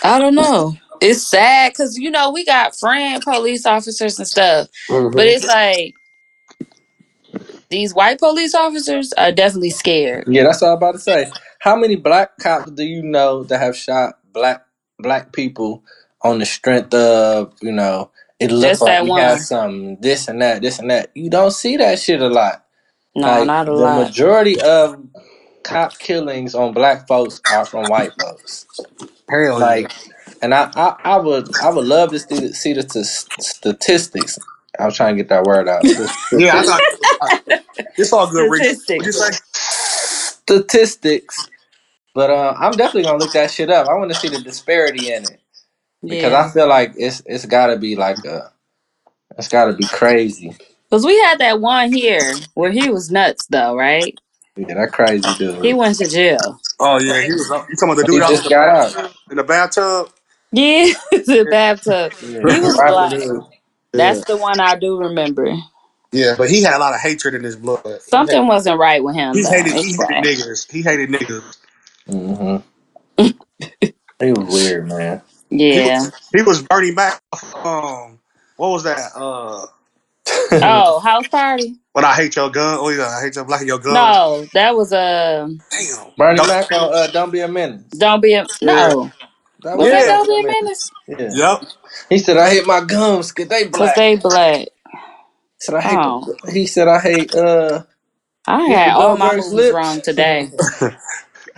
I don't know. It's sad because you know we got friend police officers and stuff, Mm-hmm. but hmm it's like these white police officers are definitely scared. Yeah, that's all I'm about to say. How many black cops do you know that have shot black black people on the strength of you know it looked Just like that we had one. something this and that this and that? You don't see that shit a lot. No, Like not a the lot. majority of cop killings on black folks are from white folks. Hell yeah. Like, and I, I, I would, I would love to see, see the t- statistics. I was trying to get that word out. The Yeah, I statistics. got I, it's all good, Reese. What you Statistics. say? statistics. But uh, I'm definitely gonna look that shit up. I want to see the disparity in it because I Yeah. feel like it's it's gotta be like a it's gotta be crazy. Because we had that one here where he was nuts, though, right? Yeah, that crazy He dude. went to jail. Oh yeah, he was up. You talking about He the dude out in just the got out. bathtub? In the bathtub? Yeah, the bathtub. Yeah, He the was rapper black. dude. Yeah. That's the one I do remember. Yeah, but he had a lot of hatred in his blood. He hated, Something wasn't right with him, he though. hated, he It's hated like, niggas. He hated niggas. hmm He was weird, man. He yeah. was he was Bernie Mac. Um, what was that? Uh, Oh, house party? when I hate your gun. Oh yeah, I hate your black your gun. No, that was a. Damn. Bernie Don't, Mac on uh, Don't Be a Menace. Don't be a yeah. no. That was Was that Yeah. Don't Don't Be a Be a Menace. Menace? Yeah. Yep. He said, "I hate my gums cause they Cause black." they black. He said, "I hate Oh, the." He said, "I hate uh I Whoopi had all my Goldberg's movies lips." wrong today.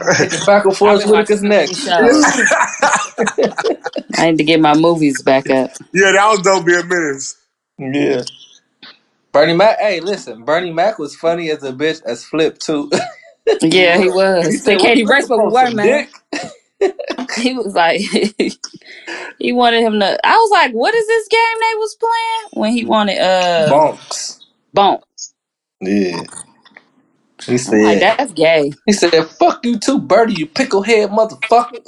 I hate the back of I've Forrest been watching Whitaker's too neck. many shows. I need to get my movies back up. Yeah, that was don't be a menace. Yeah. Bernie Mac, hey, listen, Bernie Mac was funny as a bitch as Flip too. He Yeah, he was. he was. said, They "What can't you erase looking what we for? were, Some man. dick?" He was like, he wanted him to. I was like, what is this game they was playing when he wanted uh Bonks. bump? Yeah. He I'm like, said. that's gay. He said, "Fuck you too, Bernie, you picklehead motherfucker."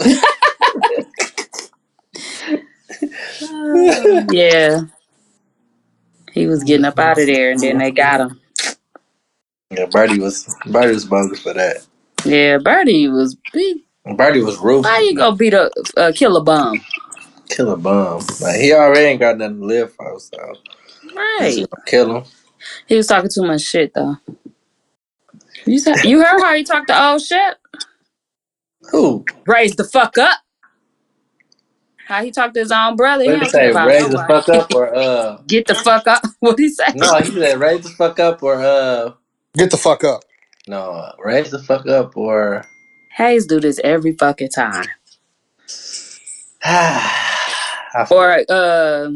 Uh, yeah, he was getting up out of there, and then they got him. yeah, Bernie was Bernie was bogus for that. Yeah, Birdie was. He, Bernie was how ruthless. you gonna beat a, a killer bum? Kill a bum. Like he already ain't got nothing to live for, so you just Right. gonna kill him. He was talking too much shit though. You said you heard how he talked to old shit. Who? Raise the fuck up. How he talked to his own brother. He What did he don't care say? about Raise the nobody. fuck up or uh? Get the fuck up. What he say? No, he said raise the fuck up or uh. Get the fuck up. No, raise the fuck up or. Hayes do this every fucking time. I forgot. Or uh,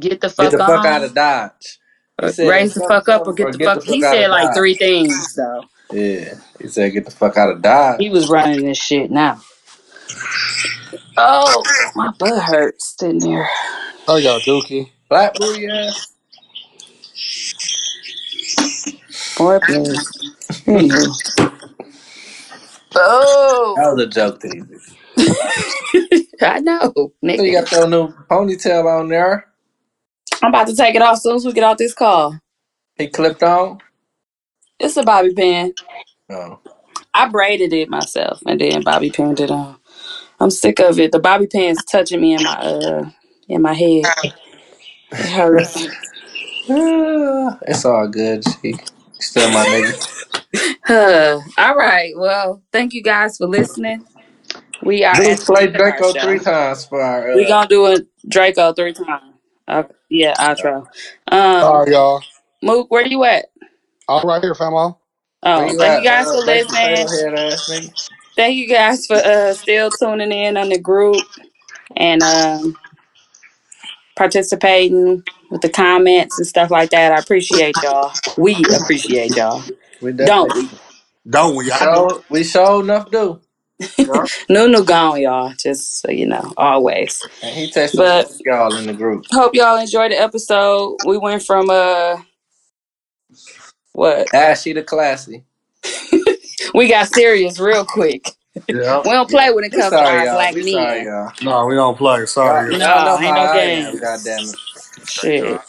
get the Get fuck the fuck out on. of Dodge. He Or said raise the something, fuck up or something, get or the get the fuck. fuck He out said of like Dodge. three things though. Yeah. He said, get the fuck out of Dodge. He was running this shit now. Oh, my butt hurts sitting there. Oh, y'all dookie. Black booty ass. Boy, please. Anywho. Oh, That was a joke, Teasy. I know, So you nigga. got your new ponytail on there. I'm about to take it off as soon as we get off this call. He clipped on. It's a bobby pin. Oh. I braided it myself, and then bobby pinned it on. I'm sick of it. The bobby pin's touching me in my uh in my head. It hurts. Ah, it's all good. He you still my nigga. Huh. All right. Well, thank you guys for listening. We are Dude, at the play end of our Draco three show. times for our We uh gonna do a Draco three times. Okay. Yeah, outro. Um, All right, y'all. Mook, where you at? All right here, where famo. Oh, you thank you at, guys uh for baked listening. potato head ass nigga? Thank you guys for uh still tuning in on the group and um participating with the comments and stuff like that. I appreciate y'all. We appreciate y'all. We Don't definitely we? Don't we? I do. show we show enough do. Yeah. No, no, gone, y'all. Just so you know, always. And he texted But both y'all in the group. hope y'all enjoyed the episode. We went from uh what? Ashy Ah, the classy. We got serious real quick. Yeah. We don't Yeah. play when it We comes to sorry, our y'all. black We sorry, men. y'all. No, we don't play. Y'all, Sorry. y'all know No, how ain't no I am. God games. damn it. Shit.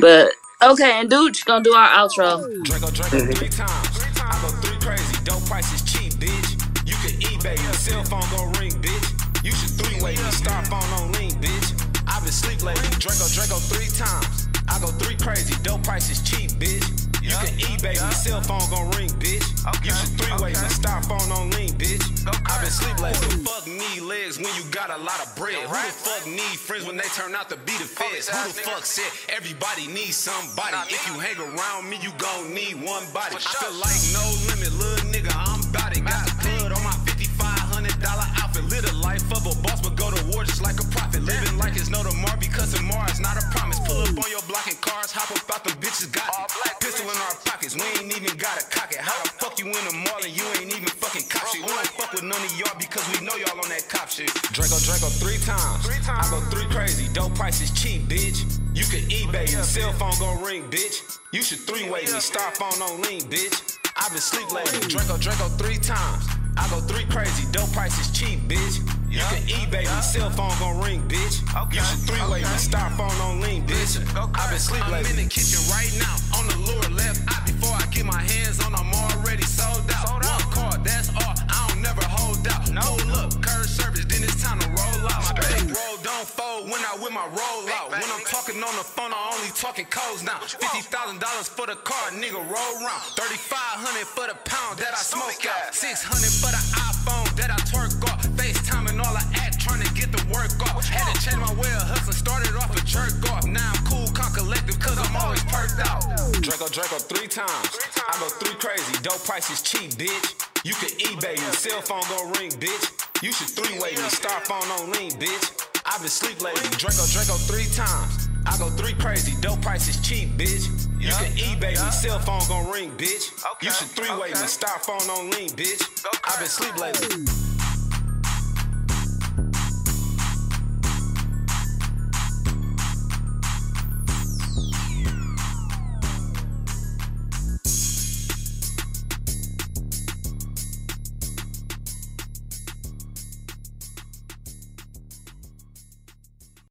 But okay, and Dooch gonna do our outro. Draco, Draco, three times. I go three crazy. Dope prices cheap, bitch. You can eBay. Your cell phone gon' ring, bitch. You should three way. Me star phone on lean, bitch. i been sleep lately. Draco, Draco, three times. I go three crazy. Dope prices cheap, bitch. You can eBay. Me cell phone gon' ring, bitch. You should three way. Me star phone on lean, bitch. i been sleep late. Who the fuck need legs when you got a lot of bread? Who the fuck need friends when they turn out to be the feds? Who the fuck said everybody needs somebody? If you hang around me, you gon' need one body. I feel like no limit, little nigga, I'm bout it. Got the blood on my 5500 dollar outfit. Live the life of a boss, but go to war just like a prophet. Living like it's no tomorrow because tomorrow is not a promise. Pull up on your block and cars, hop up out them bitches got it. Pistol in our pockets, we ain't even gotta cock it. How the fuck you in the mall and you ain't even fucking cop shit? We don't fuck with none of y'all because we know y'all on that cop shit. Draco, Draco, three times. I go three crazy, dope price is cheap, bitch. You can eBay, your cell phone gon' ring, bitch. You should three way me, star phone on lean, bitch. I've been sleep lately. Draco, Draco three times. I go three crazy. Dope price is cheap, bitch. You can eBay me. Cell phone gon' ring, bitch. You should three way me. Star phone on lean, bitch. I've been sleep lately. I'm in the kitchen right now. On the lower left eye. Before I get my hands on, I'm already sold out. One card, that's all. I don't never hold out. No look, curve service. Then it's time to roll out. My bag roll don't fold when I with my roll out. When I'm talking on the phone, I only talking codes now. Fifty thousand dollars for the car, nigga, roll round. Thirty-five hundred for the pound that I smoke out. Six hundred for the iPhone that I twerk off. FaceTime and all I act trying to get the work off. Had to change my way of hustling, started off a jerk off. Now I'm cool, calm, collective, cause I'm always perked out. Draco, Draco, three times. I go three crazy, dope price is cheap, bitch. You can eBay me, cell phone gon' ring, bitch. You should three-way me, star phone on lean, bitch. I've been sleep lately. Draco, Draco three times. I go three crazy. Dope price is cheap, bitch. You can eBay me. Cell phone gon' ring, bitch. You should three way me. Star phone on lean, bitch. I've been sleep lately.